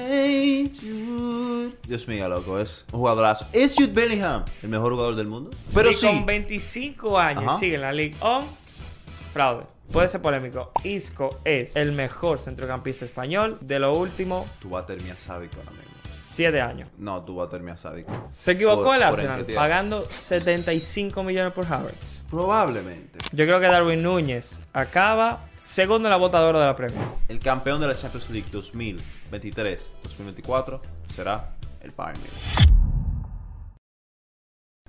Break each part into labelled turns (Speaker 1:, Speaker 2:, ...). Speaker 1: Hey Jude. Dios mío, loco, es un jugadorazo. ¿Es Jude Bellingham el mejor jugador del mundo? Pero
Speaker 2: si
Speaker 1: sí.
Speaker 2: con 25 años
Speaker 1: Ajá.
Speaker 2: sigue en la League On, fraude. Puede ser polémico. Isco es el mejor centrocampista español de los últimos
Speaker 1: Tú vas a terminar sádico ahora mismo.
Speaker 2: 7 años.
Speaker 1: No, tú vas a terminar sádico.
Speaker 2: Se equivocó
Speaker 1: Por-
Speaker 2: el
Speaker 1: por
Speaker 2: Arsenal
Speaker 1: entidad.
Speaker 2: pagando 75 millones por Havertz.
Speaker 1: Probablemente.
Speaker 2: Yo creo que Darwin Núñez acaba segundo en la botadora de la Premier.
Speaker 1: El campeón de la Champions League 2023-2024 será el Bayern Múnich.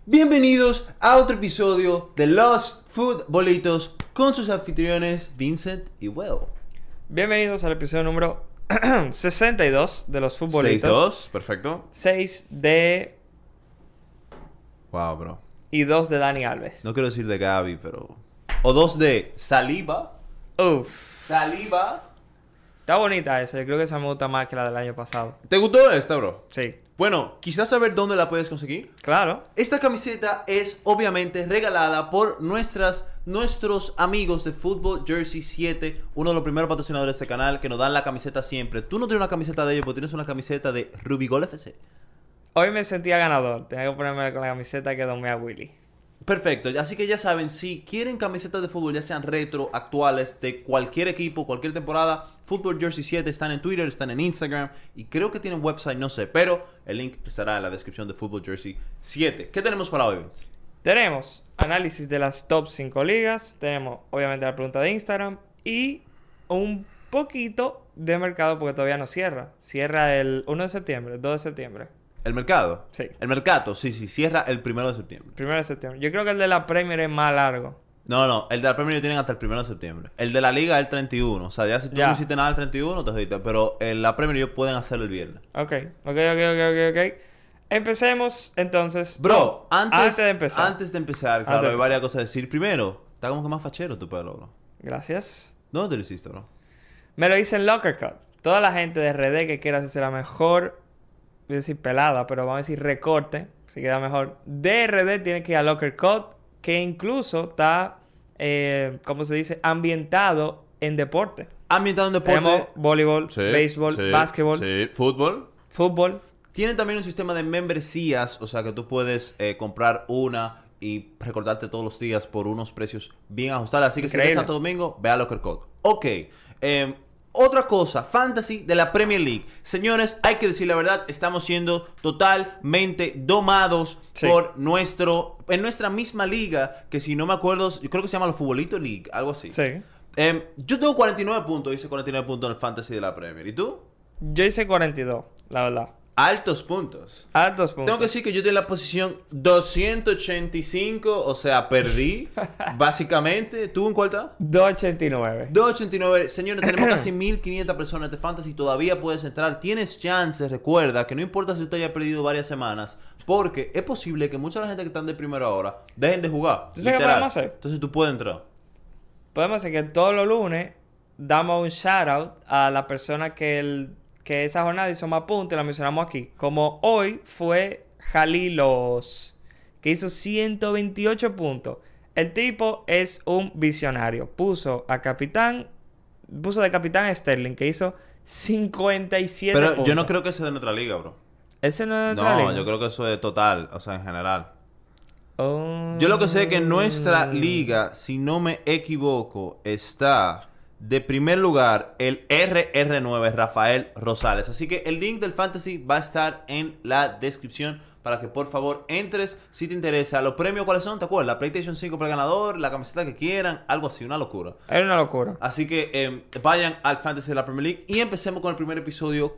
Speaker 1: Bienvenidos a otro episodio de Los Futbolitos con sus anfitriones Vincent y Will.
Speaker 2: Bienvenidos al episodio número 62 de los futbolitos.
Speaker 1: 6-2, perfecto.
Speaker 2: 6 de
Speaker 1: Wow, bro.
Speaker 2: y 2 de Dani Alves.
Speaker 1: No quiero decir de Gaby, pero... O dos de Saliba.
Speaker 2: Uf,
Speaker 1: Saliba.
Speaker 2: está bonita esa. Yo creo que esa me gusta más que la del año pasado.
Speaker 1: ¿Te gustó esta, bro?
Speaker 2: Sí,
Speaker 1: Bueno, quizás saber dónde la puedes conseguir.
Speaker 2: claro.
Speaker 1: Esta camiseta es obviamente regalada por nuestras, nuestros amigos de Fútbol Jersey 7, uno de los primeros patrocinadores de este canal que nos dan la camiseta siempre. Tú no tienes una camiseta de ellos, pero tienes una camiseta de Rubigol FC.
Speaker 2: Hoy me sentía ganador. Tenía que ponerme con la camiseta que domé a Willy.
Speaker 1: Perfecto, así que ya saben, si quieren camisetas de fútbol, ya sean retro, actuales, de cualquier equipo, cualquier temporada, Fútbol Jersey 7 están en Twitter, están en Instagram y creo que tienen website, no sé, pero el link estará en la descripción de Fútbol Jersey 7. ¿Qué tenemos para hoy? Vince?
Speaker 2: Tenemos análisis de las top 5 ligas. Tenemos, obviamente, la pregunta de Instagram. Y un poquito de mercado porque todavía no cierra. Cierra el 1 de septiembre, 2 de septiembre.
Speaker 1: ¿El mercado?
Speaker 2: Sí.
Speaker 1: El mercado, sí, sí, cierra el primero de septiembre.
Speaker 2: Primero de septiembre. Yo creo que el de la Premier es más largo.
Speaker 1: No, no, el de la Premier League tienen hasta el primero de septiembre. El de la Liga es el 31. O sea, ya si tú
Speaker 2: Ya.
Speaker 1: no hiciste nada el 31, te jodiste. Pero en la Premier League pueden hacerlo el viernes.
Speaker 2: Ok, ok, ok, ok, ok, ok. Empecemos entonces.
Speaker 1: Bro,
Speaker 2: No,
Speaker 1: antes,
Speaker 2: de empezar.
Speaker 1: Antes de empezar,
Speaker 2: Antes
Speaker 1: claro,
Speaker 2: de
Speaker 1: hay
Speaker 2: empezar.
Speaker 1: varias cosas a decir. Primero, está como que más fachero tu pelo, bro.
Speaker 2: Gracias.
Speaker 1: ¿Dónde te lo hiciste, bro?
Speaker 2: Me lo hice en Locker Cut. Toda la gente de RD que quiera hacerse la mejor, voy a decir pelada, pero vamos a decir recorte, si queda mejor. De RD tiene que ir a Locker Cut, que incluso está, eh, ¿cómo se dice? Ambientado en deporte.
Speaker 1: Ambientado en
Speaker 2: Tenemos
Speaker 1: deporte.
Speaker 2: voleibol,
Speaker 1: Sí,
Speaker 2: béisbol,
Speaker 1: sí,
Speaker 2: básquetbol,
Speaker 1: Sí, fútbol.
Speaker 2: fútbol.
Speaker 1: Tienen también un sistema de membresías, o sea que tú puedes eh, comprar una y recordarte todos los días por unos precios bien ajustados. Así que si
Speaker 2: Increíble.
Speaker 1: eres Santo Domingo, ve a Locker Code. Ok. eh, otra cosa, fantasy de la Premier League. Señores, hay que decir la verdad, estamos siendo totalmente domados
Speaker 2: Sí.
Speaker 1: por nuestro, en nuestra misma liga, que si no me acuerdo, yo creo que se llama los Futbolito League, algo así.
Speaker 2: Sí.
Speaker 1: Em, yo tengo 49 puntos, hice 49 puntos en el fantasy de la Premier. ¿Y tú?
Speaker 2: Yo hice 42, la verdad.
Speaker 1: Altos puntos.
Speaker 2: Altos puntos.
Speaker 1: Tengo que decir que yo estoy en la posición 285, o sea, perdí, básicamente. ¿Tú en cuál estás?
Speaker 2: 289.
Speaker 1: 289. Señores, tenemos casi 1500 personas de Fantasy. Todavía puedes entrar. Tienes chances. Recuerda que no importa si usted haya perdido varias semanas, porque es posible que mucha de la gente que están de primera hora dejen de jugar.
Speaker 2: ¿Tú sabes qué
Speaker 1: literal.
Speaker 2: podemos hacer?
Speaker 1: Entonces tú puedes entrar.
Speaker 2: Podemos hacer que todos los lunes damos un shout out a la persona que, el, que esa jornada hizo más puntos y la mencionamos aquí. Como hoy fue Jalilos, que hizo 128 puntos. El tipo es un visionario. Puso a capitán, puso de capitán a Sterling, que hizo 57
Speaker 1: Pero
Speaker 2: puntos.
Speaker 1: yo no creo que sea de nuestra liga, bro.
Speaker 2: Ese no es
Speaker 1: No, yo creo que eso es total, o sea, en general.
Speaker 2: creo.
Speaker 1: Yo lo que sé es que nuestra
Speaker 2: Oh.
Speaker 1: liga, si no me equivoco, está de primer lugar el RR9 Rafael Rosales. Así que el link del fantasy va a estar en la descripción para que por favor entres si te interesa. Los premios, ¿cuáles son? ¿Te acuerdas? La PlayStation 5 para el ganador, la camiseta que quieran, algo así, una locura.
Speaker 2: Es una locura.
Speaker 1: Así que eh, vayan al Fantasy de la Premier League y empecemos con el primer episodio.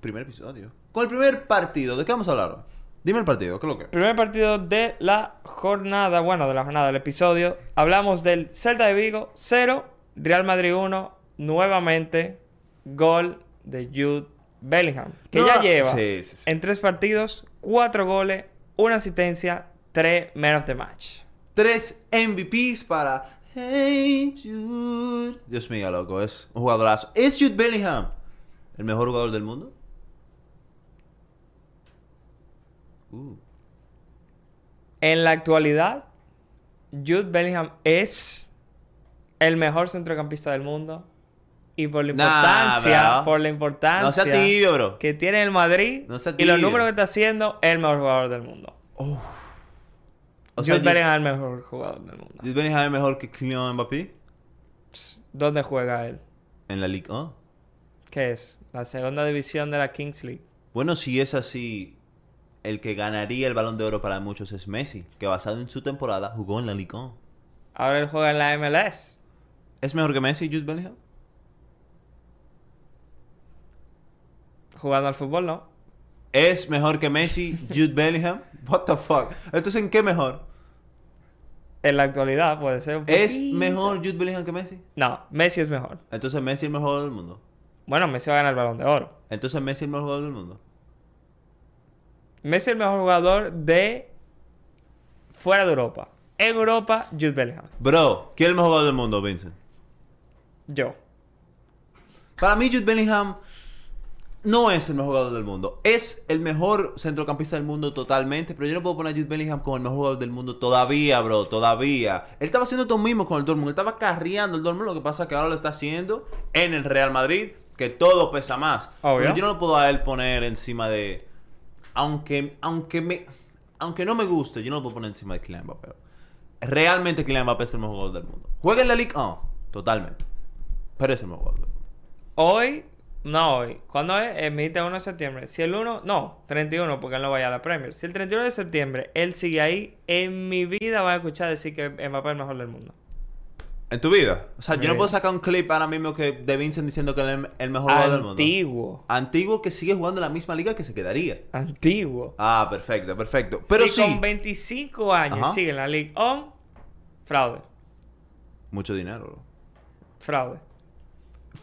Speaker 1: ¿Primer episodio? Con el primer partido. ¿De qué vamos a hablar? hoy? Dime el partido, ¿qué es lo que? es?
Speaker 2: Primer partido de la jornada, bueno, de la jornada del episodio. Hablamos del Celta de Vigo 0, Real Madrid 1, nuevamente gol de Jude Bellingham, que
Speaker 1: No,
Speaker 2: ya lleva
Speaker 1: sí, sí, sí.
Speaker 2: en tres partidos, cuatro goles, una asistencia, tres men of the match.
Speaker 1: Tres MVPs para Hey Jude. Dios mío, loco, es un jugadorazo. ¿Es Jude Bellingham el mejor jugador del mundo? Uh,
Speaker 2: En la actualidad, Jude Bellingham es el mejor centrocampista del mundo y por la
Speaker 1: Nah,
Speaker 2: importancia,
Speaker 1: bro.
Speaker 2: por la importancia
Speaker 1: No sea tibio, bro.
Speaker 2: que tiene el Madrid
Speaker 1: No sea
Speaker 2: y los
Speaker 1: tibio.
Speaker 2: números que está haciendo, el mejor jugador del mundo.
Speaker 1: O sea,
Speaker 2: Jude
Speaker 1: Jude
Speaker 2: Bellingham es el mejor jugador del mundo.
Speaker 1: Jude Bellingham es mejor que Kylian Mbappé
Speaker 2: ¿Dónde juega él?
Speaker 1: en la Liga. Ah.
Speaker 2: ¿Qué es? La segunda división de la Kings League.
Speaker 1: Bueno, si es así, el que ganaría el Balón de Oro para muchos es Messi, que basado en su temporada jugó en la Liga. Ah.
Speaker 2: Ahora él juega en la MLS.
Speaker 1: ¿Es mejor que Messi Jude Bellingham?
Speaker 2: Jugando al fútbol, no.
Speaker 1: ¿Es mejor que Messi Jude Bellingham? What the fuck? Entonces, ¿en qué mejor?
Speaker 2: En la actualidad puede ser. un
Speaker 1: ¿Es
Speaker 2: poquito.
Speaker 1: mejor Jude Bellingham que Messi?
Speaker 2: No, Messi es mejor.
Speaker 1: Entonces, Messi es el mejor jugador del mundo.
Speaker 2: Bueno, Messi va a ganar el balón de oro.
Speaker 1: Entonces, Messi es el mejor jugador del mundo.
Speaker 2: Messi es el mejor jugador de fuera de Europa. En Europa, Jude Bellingham.
Speaker 1: Bro, ¿quién es el mejor jugador del mundo, Vincent?
Speaker 2: Yo.
Speaker 1: Para mí, Jude Bellingham no es el mejor jugador del mundo. Es el mejor centrocampista del mundo totalmente, pero yo no puedo poner a Jude Bellingham como el mejor jugador del mundo todavía, bro, todavía. Él estaba haciendo todo mismo con el Dortmund, él estaba carriando el Dortmund, lo que pasa es que ahora lo está haciendo en el Real Madrid, que todo pesa más.
Speaker 2: Obvio.
Speaker 1: Pero yo no lo puedo a él poner encima de... Aunque, aunque, me, aunque no me guste, yo no lo puedo poner encima de Kylian Mbappé. Realmente Kylian Mbappé es el mejor jugador del mundo. ¿Juega en la Liga? Ah, totalmente. Pero es el mejor jugador del mundo.
Speaker 2: Hoy, no hoy. ¿Cuándo es? Eh, El 31 de septiembre. Si el 1, no, 31, porque él no vaya a la Premier. Si el 31 de septiembre él sigue ahí, en mi vida van a escuchar decir que Mbappé es el mejor del mundo.
Speaker 1: ¿En tu vida? O sea,
Speaker 2: En
Speaker 1: yo no
Speaker 2: mi
Speaker 1: puedo
Speaker 2: vida.
Speaker 1: sacar un clip ahora mismo que de Vincent diciendo que él es el mejor jugador del mundo.
Speaker 2: Antiguo.
Speaker 1: Antiguo que sigue jugando en la misma liga que se quedaría.
Speaker 2: Antiguo.
Speaker 1: Ah, perfecto, perfecto. Pero
Speaker 2: si
Speaker 1: sí.
Speaker 2: con 25 años
Speaker 1: Ajá.
Speaker 2: sigue en la League On, fraude.
Speaker 1: Mucho dinero. bro.
Speaker 2: Fraude.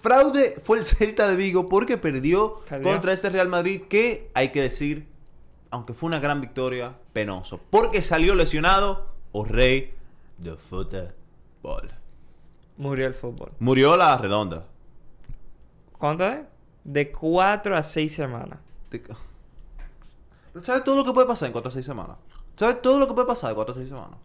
Speaker 1: Fraude fue el Celta de Vigo porque perdió,
Speaker 2: Perdió.
Speaker 1: contra este Real Madrid que, hay que decir, aunque fue una gran victoria, penoso. Porque salió lesionado o rey de fútbol.
Speaker 2: Murió el fútbol.
Speaker 1: Murió la redonda.
Speaker 2: ¿Cuánto es? De 4 a 6 semanas.
Speaker 1: Te- ¿Sabes todo lo que puede pasar en 4 o 6 semanas? ¿Sabes todo lo que puede pasar en 4 o 6 semanas?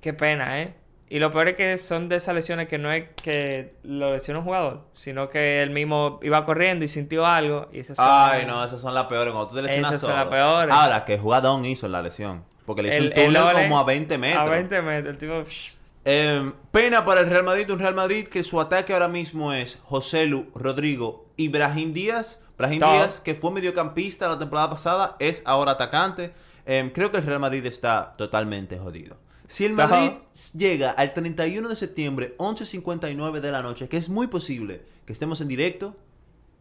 Speaker 2: Qué pena, ¿eh? Y lo peor es que son de esas lesiones que no es que lo lesiona un jugador, sino que él mismo iba corriendo y sintió algo y esas son-
Speaker 1: Ay, no, esas son las peores. Cuando tú te lesionas
Speaker 2: Esas son
Speaker 1: solo.
Speaker 2: las peores.
Speaker 1: Ahora, que jugadón hizo en la lesión. Porque le hizo
Speaker 2: El-
Speaker 1: un túnel
Speaker 2: el ole-
Speaker 1: como a 20 metros.
Speaker 2: A 20 metros, el tipo. psh,
Speaker 1: Eh, pena para el Real Madrid. Un Real Madrid que su ataque ahora mismo es José Lu, Rodrigo y Brahim Díaz. Brahim
Speaker 2: Todo.
Speaker 1: Díaz, que fue mediocampista la temporada pasada, es ahora atacante. Eh, creo que el Real Madrid está totalmente jodido. Si el
Speaker 2: Todo.
Speaker 1: Madrid llega al 31 de septiembre, 11.59 de la noche, que es muy posible que estemos en directo,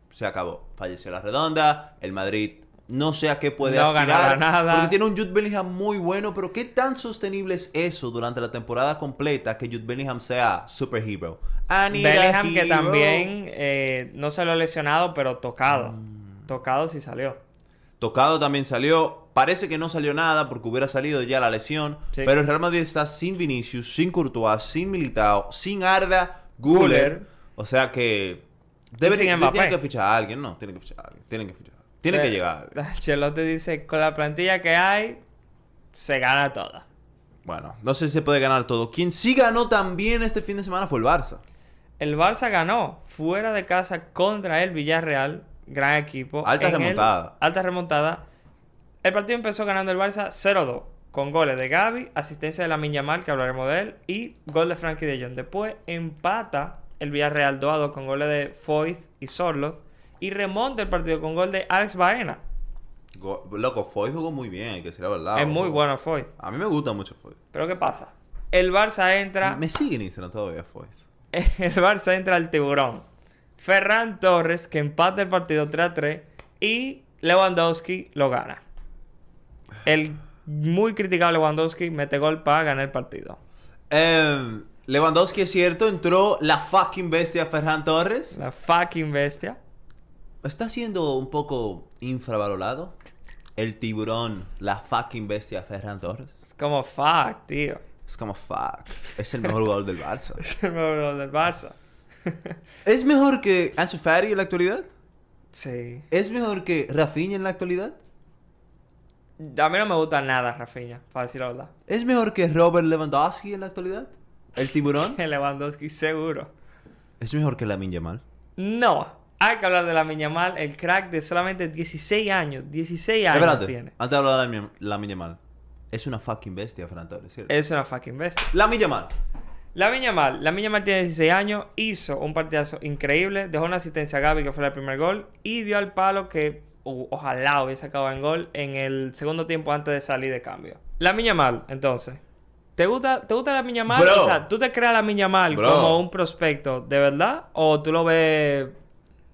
Speaker 1: se acabó. Falleció la redonda, el Madrid no sé a qué puede
Speaker 2: No ganará
Speaker 1: aspirar.
Speaker 2: nada.
Speaker 1: Porque tiene un Jude Bellingham muy bueno, pero ¿qué tan sostenible es eso durante la temporada completa que Jude Bellingham sea superhero? I need a
Speaker 2: Bellingham, que
Speaker 1: hero.
Speaker 2: también eh, no se lo ha lesionado, pero tocado.
Speaker 1: Mm.
Speaker 2: Tocado sí salió.
Speaker 1: Tocado también salió. Parece que no salió nada porque hubiera salido ya la lesión.
Speaker 2: Sí.
Speaker 1: Pero el Real Madrid está sin Vinicius, sin Courtois, sin Militao, sin Arda Guller.
Speaker 2: Güler.
Speaker 1: O sea que...
Speaker 2: sin
Speaker 1: Deberían,
Speaker 2: Mbappé.
Speaker 1: tienen que fichar a alguien, ¿no? Tienen que fichar a alguien. Tienen que fichar. a alguien. Tienen que
Speaker 2: Eh,
Speaker 1: llegar. a alguien.
Speaker 2: Ancelotti dice: con la plantilla que hay, se gana toda.
Speaker 1: Bueno, no sé si se puede ganar todo. Quien sí ganó también este fin de semana fue el Barça.
Speaker 2: El Barça ganó fuera de casa contra el Villarreal, gran equipo.
Speaker 1: Alta
Speaker 2: En el-
Speaker 1: remontada.
Speaker 2: alta remontada. El partido empezó ganando el Barça 0-2, con goles de Gaby, asistencia de la Yamal, que hablaremos de él, y gol de Frankie de Jong. Después empata el Villarreal 2-2 con goles de Foyth y Sorloth, y remonta el partido con gol de Alex Baena.
Speaker 1: Go- Loco, Foy jugó muy bien, hay que decir la verdad.
Speaker 2: es muy
Speaker 1: bro.
Speaker 2: bueno Foyth.
Speaker 1: A mí me gusta mucho Foy.
Speaker 2: Pero ¿qué pasa? El Barça entra...
Speaker 1: Me sigue en Instagram todavía Foy.
Speaker 2: El Barça entra al tiburón. Ferran Torres, que empata el partido 3-3. Y Lewandowski lo gana. El muy criticado Lewandowski mete gol para ganar el partido.
Speaker 1: Em, Lewandowski es cierto, entró la fucking bestia Ferran Torres.
Speaker 2: La fucking bestia.
Speaker 1: Está siendo un poco infravalorado. El tiburón, la fucking bestia Ferran Torres.
Speaker 2: Es como fuck, tío.
Speaker 1: Es como fuck. Es el mejor jugador del Barça.
Speaker 2: Es el mejor jugador del Barça.
Speaker 1: ¿Es mejor que Ansu Fati en la actualidad?
Speaker 2: Sí.
Speaker 1: ¿Es mejor que Rafinha en la actualidad?
Speaker 2: A mí no me gusta nada, Rafinha, para decir la verdad.
Speaker 1: ¿Es mejor que Robert Lewandowski en la actualidad? ¿El tiburón?
Speaker 2: Lewandowski seguro.
Speaker 1: Es mejor que la Yamal.
Speaker 2: No, hay que hablar de la Miñamal, el crack de solamente 16 años. 16 años
Speaker 1: Espérate,
Speaker 2: tiene.
Speaker 1: antes de hablar de la Yamal. Es una fucking bestia, Fran Torres, ¿cierto?
Speaker 2: Es una fucking bestia.
Speaker 1: La Yamal.
Speaker 2: La Miñamal, la Miñamal tiene 16 años, hizo un partidazo increíble, dejó una asistencia a Gaby que fue el primer gol y dio al palo que u- ojalá hubiese acabado en gol en el segundo tiempo antes de salir de cambio. La Miñamal, entonces. ¿Te gusta, ¿Te gusta la Miñamal?
Speaker 1: Bro.
Speaker 2: O sea, ¿tú te creas la Miñamal
Speaker 1: Bro.
Speaker 2: como un prospecto de verdad? ¿O tú lo ves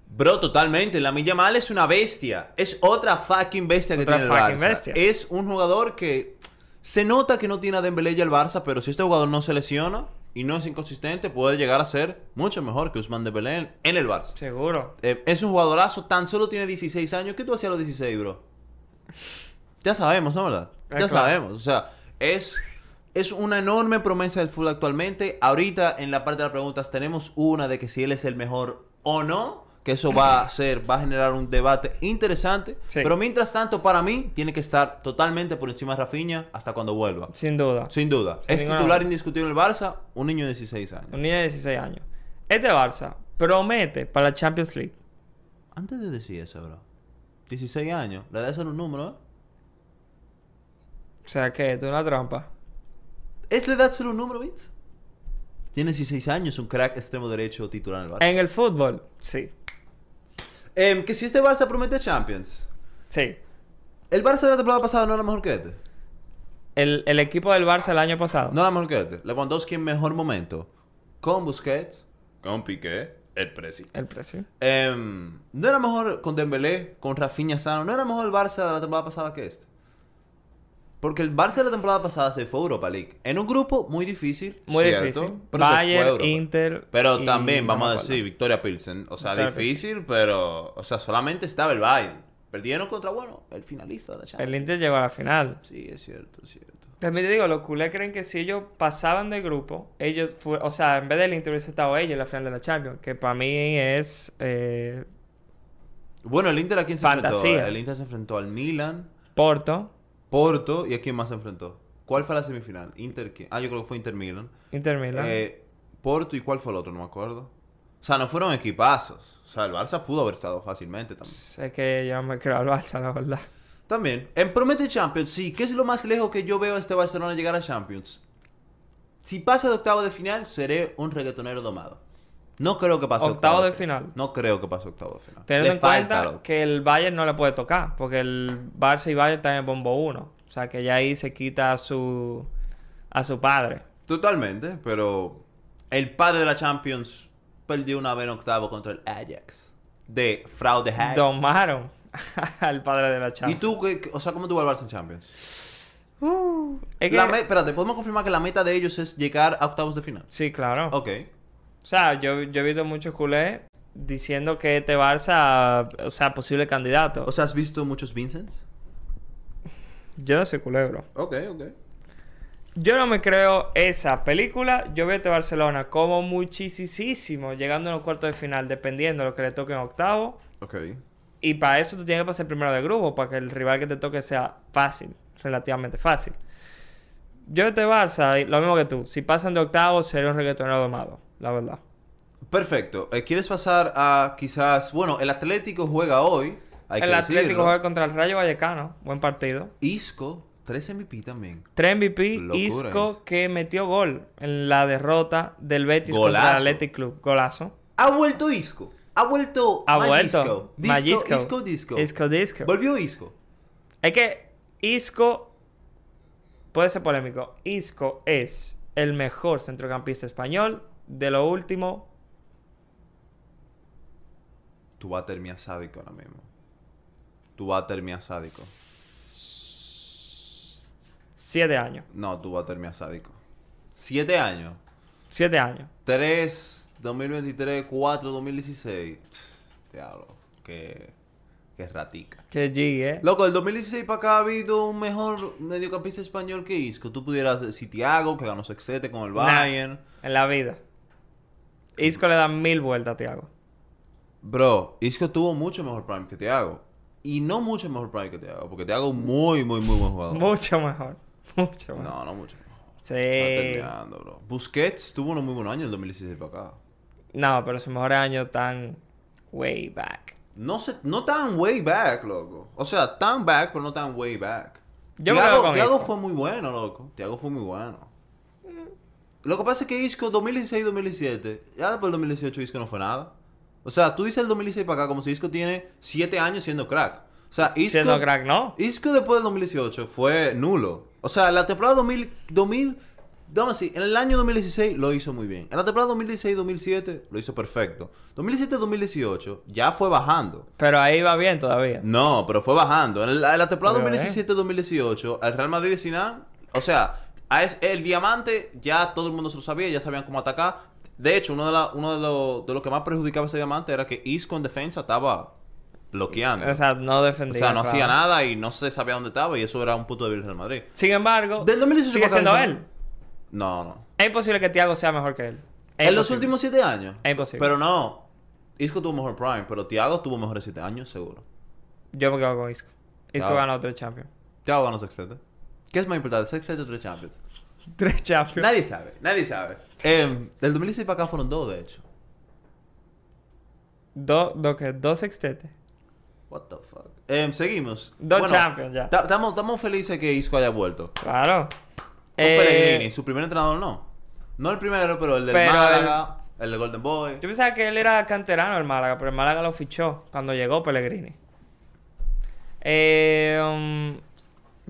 Speaker 1: Bro, totalmente. La Yamal es una bestia. Es otra fucking bestia que
Speaker 2: Otra
Speaker 1: tiene el
Speaker 2: fucking
Speaker 1: Barça.
Speaker 2: bestia.
Speaker 1: Es un jugador que se nota que no tiene a Dembélé y al Barça, pero si este jugador no se lesiona y no es inconsistente, puede llegar a ser mucho mejor que Usman Dembélé en, en el Barça.
Speaker 2: seguro?
Speaker 1: Eh, es un jugadorazo, tan solo tiene 16 años. ¿Qué tú hacías a los 16, bro? Ya sabemos, ¿no verdad?
Speaker 2: Ah,
Speaker 1: ya
Speaker 2: claro.
Speaker 1: sabemos. O sea, es, es una enorme promesa del fútbol actualmente. Ahorita, en la parte de las preguntas, tenemos una de que si él es el mejor o no. Que eso va a ser, va a generar un debate interesante.
Speaker 2: Sí.
Speaker 1: Pero mientras tanto, para mí, tiene que estar totalmente por encima de Rafinha hasta cuando vuelva.
Speaker 2: Sin duda.
Speaker 1: Sin duda.
Speaker 2: Sin
Speaker 1: es
Speaker 2: ninguna
Speaker 1: titular
Speaker 2: duda.
Speaker 1: indiscutible el Barça, un niño de 16 años.
Speaker 2: Un niño de 16 años. Este Barça promete para la Champions League.
Speaker 1: Antes de decir eso, bro. 16 años. Le das un número, ¿eh?
Speaker 2: O sea que esto es una trampa.
Speaker 1: ¿Es la edad solo un número, Vince? Tiene 16 años, un crack extremo derecho titular en el Barça.
Speaker 2: En el fútbol, sí.
Speaker 1: Em, que si este Barça promete Champions,
Speaker 2: Sí.
Speaker 1: el Barça de la temporada pasada no era mejor que este.
Speaker 2: El, el equipo del Barça el año pasado.
Speaker 1: No era mejor que este. Lewandowski en mejor momento. Con Busquets. Con Piqué. El Presi.
Speaker 2: El precio.
Speaker 1: Em, no era mejor con Dembélé, con Rafinha Sano. No era mejor el Barça de la temporada pasada que este. Porque el Barça de la temporada pasada se fue a Europa League. En un grupo muy difícil.
Speaker 2: Muy
Speaker 1: cierto,
Speaker 2: difícil.
Speaker 1: pero se fue a
Speaker 2: Bayern,
Speaker 1: Europa.
Speaker 2: Inter.
Speaker 1: Pero
Speaker 2: y-
Speaker 1: también,
Speaker 2: no
Speaker 1: vamos
Speaker 2: me
Speaker 1: a
Speaker 2: acuerdo.
Speaker 1: decir, Victoria Pilsen. O sea,
Speaker 2: Victoria
Speaker 1: difícil, pero... O sea, solamente estaba el Bayern. Perdieron contra, bueno, el finalista de la Champions.
Speaker 2: El Inter llegó a la final.
Speaker 1: Sí, es cierto, es cierto.
Speaker 2: También te digo, los culés creen que si ellos pasaban de grupo, ellos fue, o sea, en vez del Inter hubiese estado ellos en la final de la Champions, que para mí es eh,
Speaker 1: Bueno, el Inter a quién se enfrentó. Eh,
Speaker 2: Fantasía.
Speaker 1: El Inter se enfrentó al Milan,
Speaker 2: Porto,
Speaker 1: Porto y a quién más se enfrentó. ¿Cuál fue la semifinal? Inter, ¿quién? Ah, yo creo que fue Inter Milan.
Speaker 2: Inter Milan.
Speaker 1: Eh, Porto y cuál fue el otro, no me acuerdo. O sea, no fueron equipazos. O sea, el Barça pudo haber estado fácilmente también.
Speaker 2: Sé que yo me creo al Barça, la verdad.
Speaker 1: También. En Promete Champions, sí. ¿Qué es lo más lejos que yo veo a este Barcelona llegar a Champions? Si pasa de octavo de final, seré un reggaetonero domado. No creo que pase
Speaker 2: Octavo de final.
Speaker 1: No creo que pase octavo de final.
Speaker 2: Teniendo
Speaker 1: Le
Speaker 2: en
Speaker 1: falta
Speaker 2: cuenta
Speaker 1: algo.
Speaker 2: que el Bayern no le puede tocar, porque el Barça y Bayern están en bombo 1. O sea que ya ahí se quita a su, a su padre.
Speaker 1: Totalmente, pero el padre de la Champions perdió una vez en octavo contra el Ajax. De fraude hack.
Speaker 2: Domaron al padre de la
Speaker 1: ¿Y
Speaker 2: Champions.
Speaker 1: tú, qué, qué- o sea, cómo tú vas al Barça en Champions?
Speaker 2: Uh, es que-
Speaker 1: La me- espérate, podemos confirmar que la meta de ellos es llegar a octavos de final.
Speaker 2: Sí, claro.
Speaker 1: Ok.
Speaker 2: O sea, yo, yo he visto muchos culés diciendo que este Barça, o sea, posible candidato.
Speaker 1: O sea, ¿has visto muchos Vincents?
Speaker 2: yo no soy culé, bro.
Speaker 1: Ok, ok.
Speaker 2: Yo no me creo esa película. Yo veo a este Barcelona como muchísimo llegando a los cuartos de final, dependiendo de lo que le toque en octavo.
Speaker 1: Ok.
Speaker 2: Y para eso tú tienes que pasar primero de grupo, para que el rival que te toque sea fácil, relativamente fácil. Yo este Barça, y lo mismo que tú, si pasan de octavo sería un reggaetonero domado, la verdad.
Speaker 1: Perfecto. Eh, ¿Quieres pasar a quizás... Bueno, el Atlético juega hoy. Hay
Speaker 2: el
Speaker 1: que
Speaker 2: Atlético
Speaker 1: decirlo.
Speaker 2: juega contra el Rayo Vallecano, buen partido.
Speaker 1: Isco, 3 MVP también.
Speaker 2: 3 MVP,
Speaker 1: Locura
Speaker 2: Isco
Speaker 1: es.
Speaker 2: que metió gol en la derrota del Betis contra el
Speaker 1: Golazo.
Speaker 2: Athletic Club, golazo.
Speaker 1: Ha vuelto Isco. Ha vuelto
Speaker 2: Ha
Speaker 1: Magisco.
Speaker 2: vuelto.
Speaker 1: Disco,
Speaker 2: Magisco.
Speaker 1: Isco, Disco.
Speaker 2: Isco Disco.
Speaker 1: Volvió Isco.
Speaker 2: Es que Isco puede ser polémico. Isco es el mejor centrocampista español de lo último.
Speaker 1: Tú vas a terminar sádico ahora mismo. Tú vas a terminar sádico.
Speaker 2: Siete años.
Speaker 1: No, tú vas a terminar sádico. Siete años.
Speaker 2: Siete años.
Speaker 1: 3, 2023, 4, 2016. Tch, Diablo. Qué, qué ratica.
Speaker 2: Que G, ¿eh?
Speaker 1: Loco, del 2016 para acá ha habido un mejor mediocampista español que Isco. Tú pudieras decir Thiago, que ganó sextete con el
Speaker 2: Nah.
Speaker 1: Bayern.
Speaker 2: En la vida. Isco le da mil vueltas a Thiago.
Speaker 1: Bro, Isco tuvo mucho mejor prime que Thiago. Y no mucho mejor prime que Thiago, porque Thiago es muy, muy, muy buen jugador.
Speaker 2: Mucho mejor. Mucho mejor.
Speaker 1: Oh. No, no mucho mejor.
Speaker 2: sí.
Speaker 1: Está terminando, bro. Busquets tuvo unos muy buenos años del 2016 para acá.
Speaker 2: No, pero sus mejores años están way back.
Speaker 1: No, se, no tan way back, loco. O sea, tan back, pero no tan way back.
Speaker 2: Yo me quedo
Speaker 1: Tiago,
Speaker 2: con
Speaker 1: Tiago
Speaker 2: Isco.
Speaker 1: fue muy bueno, loco. Tiago fue muy bueno. Lo que pasa es que Isco 2016-2017, ya después del 2018 Isco no fue nada. O sea, tú dices el 2016 para acá como si Isco tiene 7 años siendo crack. O sea, Isco...
Speaker 2: Siendo crack, ¿no?
Speaker 1: Isco después del 2018 fue nulo. O sea, la temporada 2000... 2000 vamos a decir, en el año 2016 lo hizo muy bien. En la temporada 2016-2007 lo hizo perfecto. 2017-2018 ya fue bajando.
Speaker 2: Pero ahí va bien todavía.
Speaker 1: No, pero fue bajando. En la, en la temporada
Speaker 2: Pero, eh.
Speaker 1: 2017-2018, al Real Madrid sin nada, o sea, a es- el diamante ya todo el mundo se lo sabía, ya sabían cómo atacar. De hecho, uno de, la- uno de los de lo que más perjudicaba ese diamante era que Isco en defensa estaba bloqueando.
Speaker 2: O sea, no
Speaker 1: O
Speaker 2: defendía.
Speaker 1: sea, no
Speaker 2: claro.
Speaker 1: hacía nada y no se sabía dónde estaba y eso era un punto débil del Real Madrid.
Speaker 2: Sin embargo,
Speaker 1: Del 2018
Speaker 2: sigue
Speaker 1: para acá,
Speaker 2: siendo
Speaker 1: ¿no?
Speaker 2: él.
Speaker 1: No, no.
Speaker 2: Es imposible que Thiago sea mejor que él. Es
Speaker 1: En los
Speaker 2: imposible.
Speaker 1: últimos siete años.
Speaker 2: Es imposible.
Speaker 1: Pero no. Isco tuvo mejor prime, pero Thiago tuvo mejores siete años, seguro.
Speaker 2: Yo me quedo con Isco. Isco
Speaker 1: Claro.
Speaker 2: ganó tres Champions.
Speaker 1: Thiago ganó sextete. ¿Qué es más importante, sextete o tres Champions?
Speaker 2: Tres Champions.
Speaker 1: Nadie sabe, nadie sabe. Em, del 2016 para acá fueron dos, de hecho.
Speaker 2: Dos do, que- dos sextetes.
Speaker 1: What the fuck. Em, seguimos.
Speaker 2: Dos Champions ya.
Speaker 1: Estamos felices que Isco haya vuelto. Con
Speaker 2: Claro.
Speaker 1: Pellegrini,
Speaker 2: Eh,
Speaker 1: su primer entrenador no. No el primero, pero el del
Speaker 2: Pero el-
Speaker 1: Málaga, el... del Golden Boy.
Speaker 2: yo pensaba que él era canterano el Málaga, pero el Málaga lo fichó cuando llegó Pellegrini. Eh, um,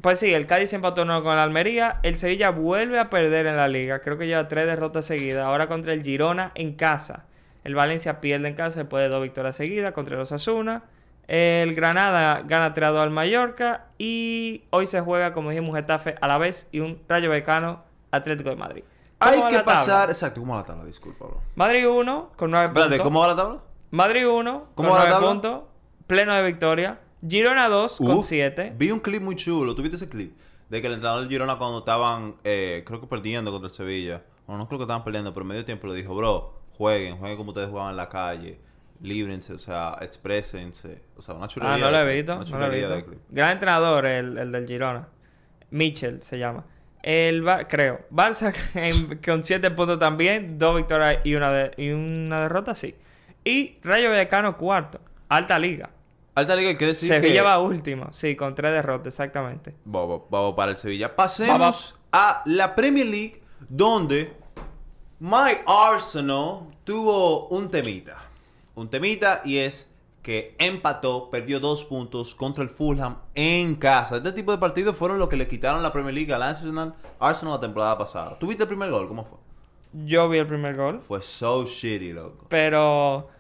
Speaker 2: pues sí, el Cádiz empató uno con el Almería. El Sevilla vuelve a perder en la liga. Creo que lleva tres derrotas seguidas. Ahora contra el Girona en casa. El Valencia pierde en casa después de dos victorias seguidas contra los Asuna. El Granada gana 3 a 2 al Mallorca. Y hoy se juega, como dijimos, un Getafe a la vez y un Rayo Vallecano Atlético de Madrid. ¿Cómo
Speaker 1: Hay
Speaker 2: va
Speaker 1: que
Speaker 2: la tabla?
Speaker 1: pasar. Exacto, ¿cómo va la tabla? Disculpa, bro.
Speaker 2: Madrid 1 con 9 puntos.
Speaker 1: Espérate, ¿cómo va la tabla?
Speaker 2: Madrid 1 con
Speaker 1: ¿Cómo va la
Speaker 2: 9
Speaker 1: tabla?
Speaker 2: puntos. Pleno de victoria. Girona 2 con
Speaker 1: Uf,
Speaker 2: 7.
Speaker 1: Uh, Vi un clip muy chulo. ¿Tuviste ese clip? De que el entrenador del Girona cuando estaban, eh, creo que perdiendo contra el Sevilla. Bueno, no creo que estaban perdiendo, pero en medio tiempo le dijo, bro, jueguen, jueguen como ustedes jugaban en la calle. Líbrense, o sea, exprésense. O sea, una chulería.
Speaker 2: Ah, no lo
Speaker 1: de-
Speaker 2: he visto.
Speaker 1: Una
Speaker 2: No lo
Speaker 1: chulería
Speaker 2: he
Speaker 1: de
Speaker 2: visto.
Speaker 1: clip.
Speaker 2: Gran entrenador el, el del Girona. Mitchell se llama. El Bar- creo. Barça en- con 7 puntos también. Dos victorias y una, de- y una derrota, sí. Y Rayo Vallecano cuarto. Alta liga.
Speaker 1: Alta Liga, hay que decir
Speaker 2: Sevilla
Speaker 1: que...
Speaker 2: va último. Sí, con tres derrotas, exactamente.
Speaker 1: Vamos, vamos para el Sevilla. Pasemos a la Premier League, donde My Arsenal tuvo un temita. Un temita y es que empató, perdió dos puntos contra el Fulham en casa. Este tipo de partidos fueron los que le quitaron la Premier League al Arsenal, Arsenal la temporada pasada. ¿Tuviste el primer gol? ¿Cómo fue?
Speaker 2: Yo vi el primer gol.
Speaker 1: Fue so shitty, loco.
Speaker 2: Pero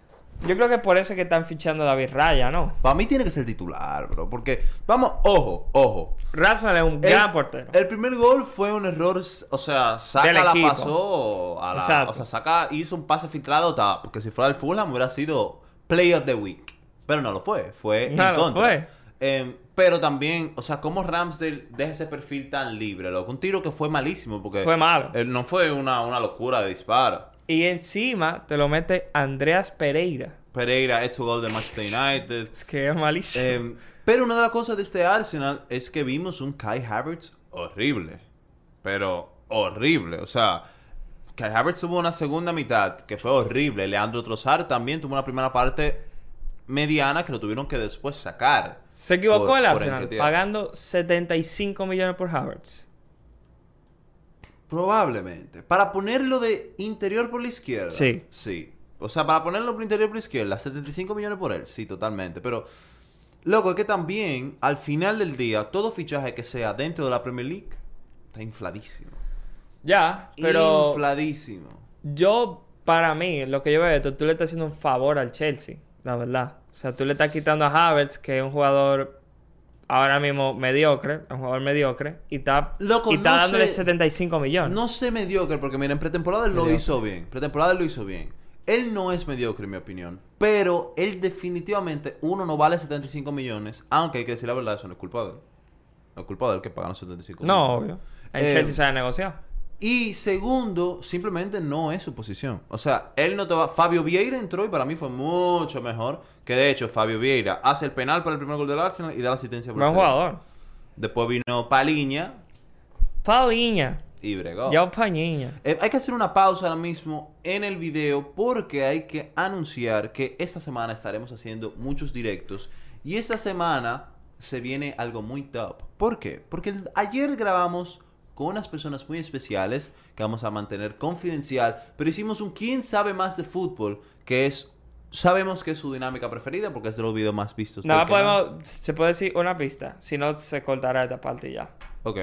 Speaker 2: yo creo que por eso es que están fichando a David Raya, ¿no?
Speaker 1: Para mí tiene que ser titular, bro. Porque, vamos, ojo, ojo.
Speaker 2: Rafael es un gran portero.
Speaker 1: El primer gol fue un error, o sea, Saca
Speaker 2: Del
Speaker 1: la
Speaker 2: equipo.
Speaker 1: pasó a la,
Speaker 2: Exacto.
Speaker 1: o sea, Saca hizo un pase filtrado, ta- porque si fuera el Fulham hubiera sido Play of the Week, pero no lo fue, fue
Speaker 2: No
Speaker 1: en
Speaker 2: lo
Speaker 1: contra.
Speaker 2: fue.
Speaker 1: Em, pero también, o sea, cómo Ramsdale deja ese perfil tan libre, loco, un tiro que fue malísimo porque
Speaker 2: Fue malo.
Speaker 1: eh, no fue una, una locura de disparo.
Speaker 2: Y encima te lo mete Andreas Pereira.
Speaker 1: Pereira, hecho gol de Manchester United.
Speaker 2: Es que es malísimo.
Speaker 1: Em, pero una de las cosas de este Arsenal es que vimos un Kai Havertz horrible. Pero horrible. O sea, Kai Havertz tuvo una segunda mitad que fue horrible. Leandro Trossard también tuvo una primera parte mediana que lo tuvieron que después sacar.
Speaker 2: Se equivocó
Speaker 1: por-
Speaker 2: el
Speaker 1: por
Speaker 2: Arsenal
Speaker 1: Nketiah.
Speaker 2: pagando 75 millones por Havertz.
Speaker 1: Probablemente. Para ponerlo de interior por la izquierda.
Speaker 2: Sí.
Speaker 1: Sí. O sea, para ponerlo por interior por la izquierda, 75 millones por él. Sí, totalmente. Pero, loco, es que también, al final del día, todo fichaje que sea dentro de la Premier League está infladísimo.
Speaker 2: Ya, pero
Speaker 1: Infladísimo.
Speaker 2: yo, para mí, lo que yo veo de esto, tú le estás haciendo un favor al Chelsea, la verdad. O sea, tú le estás quitando a Havertz, que es un jugador ahora mismo mediocre, un jugador mediocre, y está,
Speaker 1: Loco,
Speaker 2: y está
Speaker 1: no
Speaker 2: dándole
Speaker 1: sé-
Speaker 2: 75 millones.
Speaker 1: No sé mediocre, porque mira, en pretemporada él lo
Speaker 2: Mediocre.
Speaker 1: hizo bien. Pretemporada él lo hizo bien. Él no es mediocre, en mi opinión. Pero él definitivamente, uno, no vale 75 millones. Aunque hay que decir la verdad, eso no es culpa de él. No es culpa de él que pagaron 75
Speaker 2: No, obvio. El
Speaker 1: Eh,
Speaker 2: Chelsea sabe negociar.
Speaker 1: Y segundo, simplemente no es su posición. O sea, él no te va. Fabio Vieira entró y para mí fue mucho mejor. Que de hecho, Fabio Vieira hace el penal para el primer gol del Arsenal y da la asistencia para
Speaker 2: Buen
Speaker 1: el segundo.
Speaker 2: jugador.
Speaker 1: Después vino Paliña.
Speaker 2: Paulinha.
Speaker 1: y bregó.
Speaker 2: Ya pa' niña.
Speaker 1: Eh, hay que hacer una pausa ahora mismo en el video porque hay que anunciar que esta semana estaremos haciendo muchos directos y esta semana se viene algo muy top. ¿Por qué? Porque el- ayer grabamos con unas personas muy especiales que vamos a mantener confidencial, pero hicimos un quién sabe más de fútbol que es sabemos que es su dinámica preferida porque es de los videos más vistos.
Speaker 2: Nada
Speaker 1: ¿Por qué no?
Speaker 2: podemos, se puede decir una pista, si no se cortará esta parte y ya.
Speaker 1: Ok.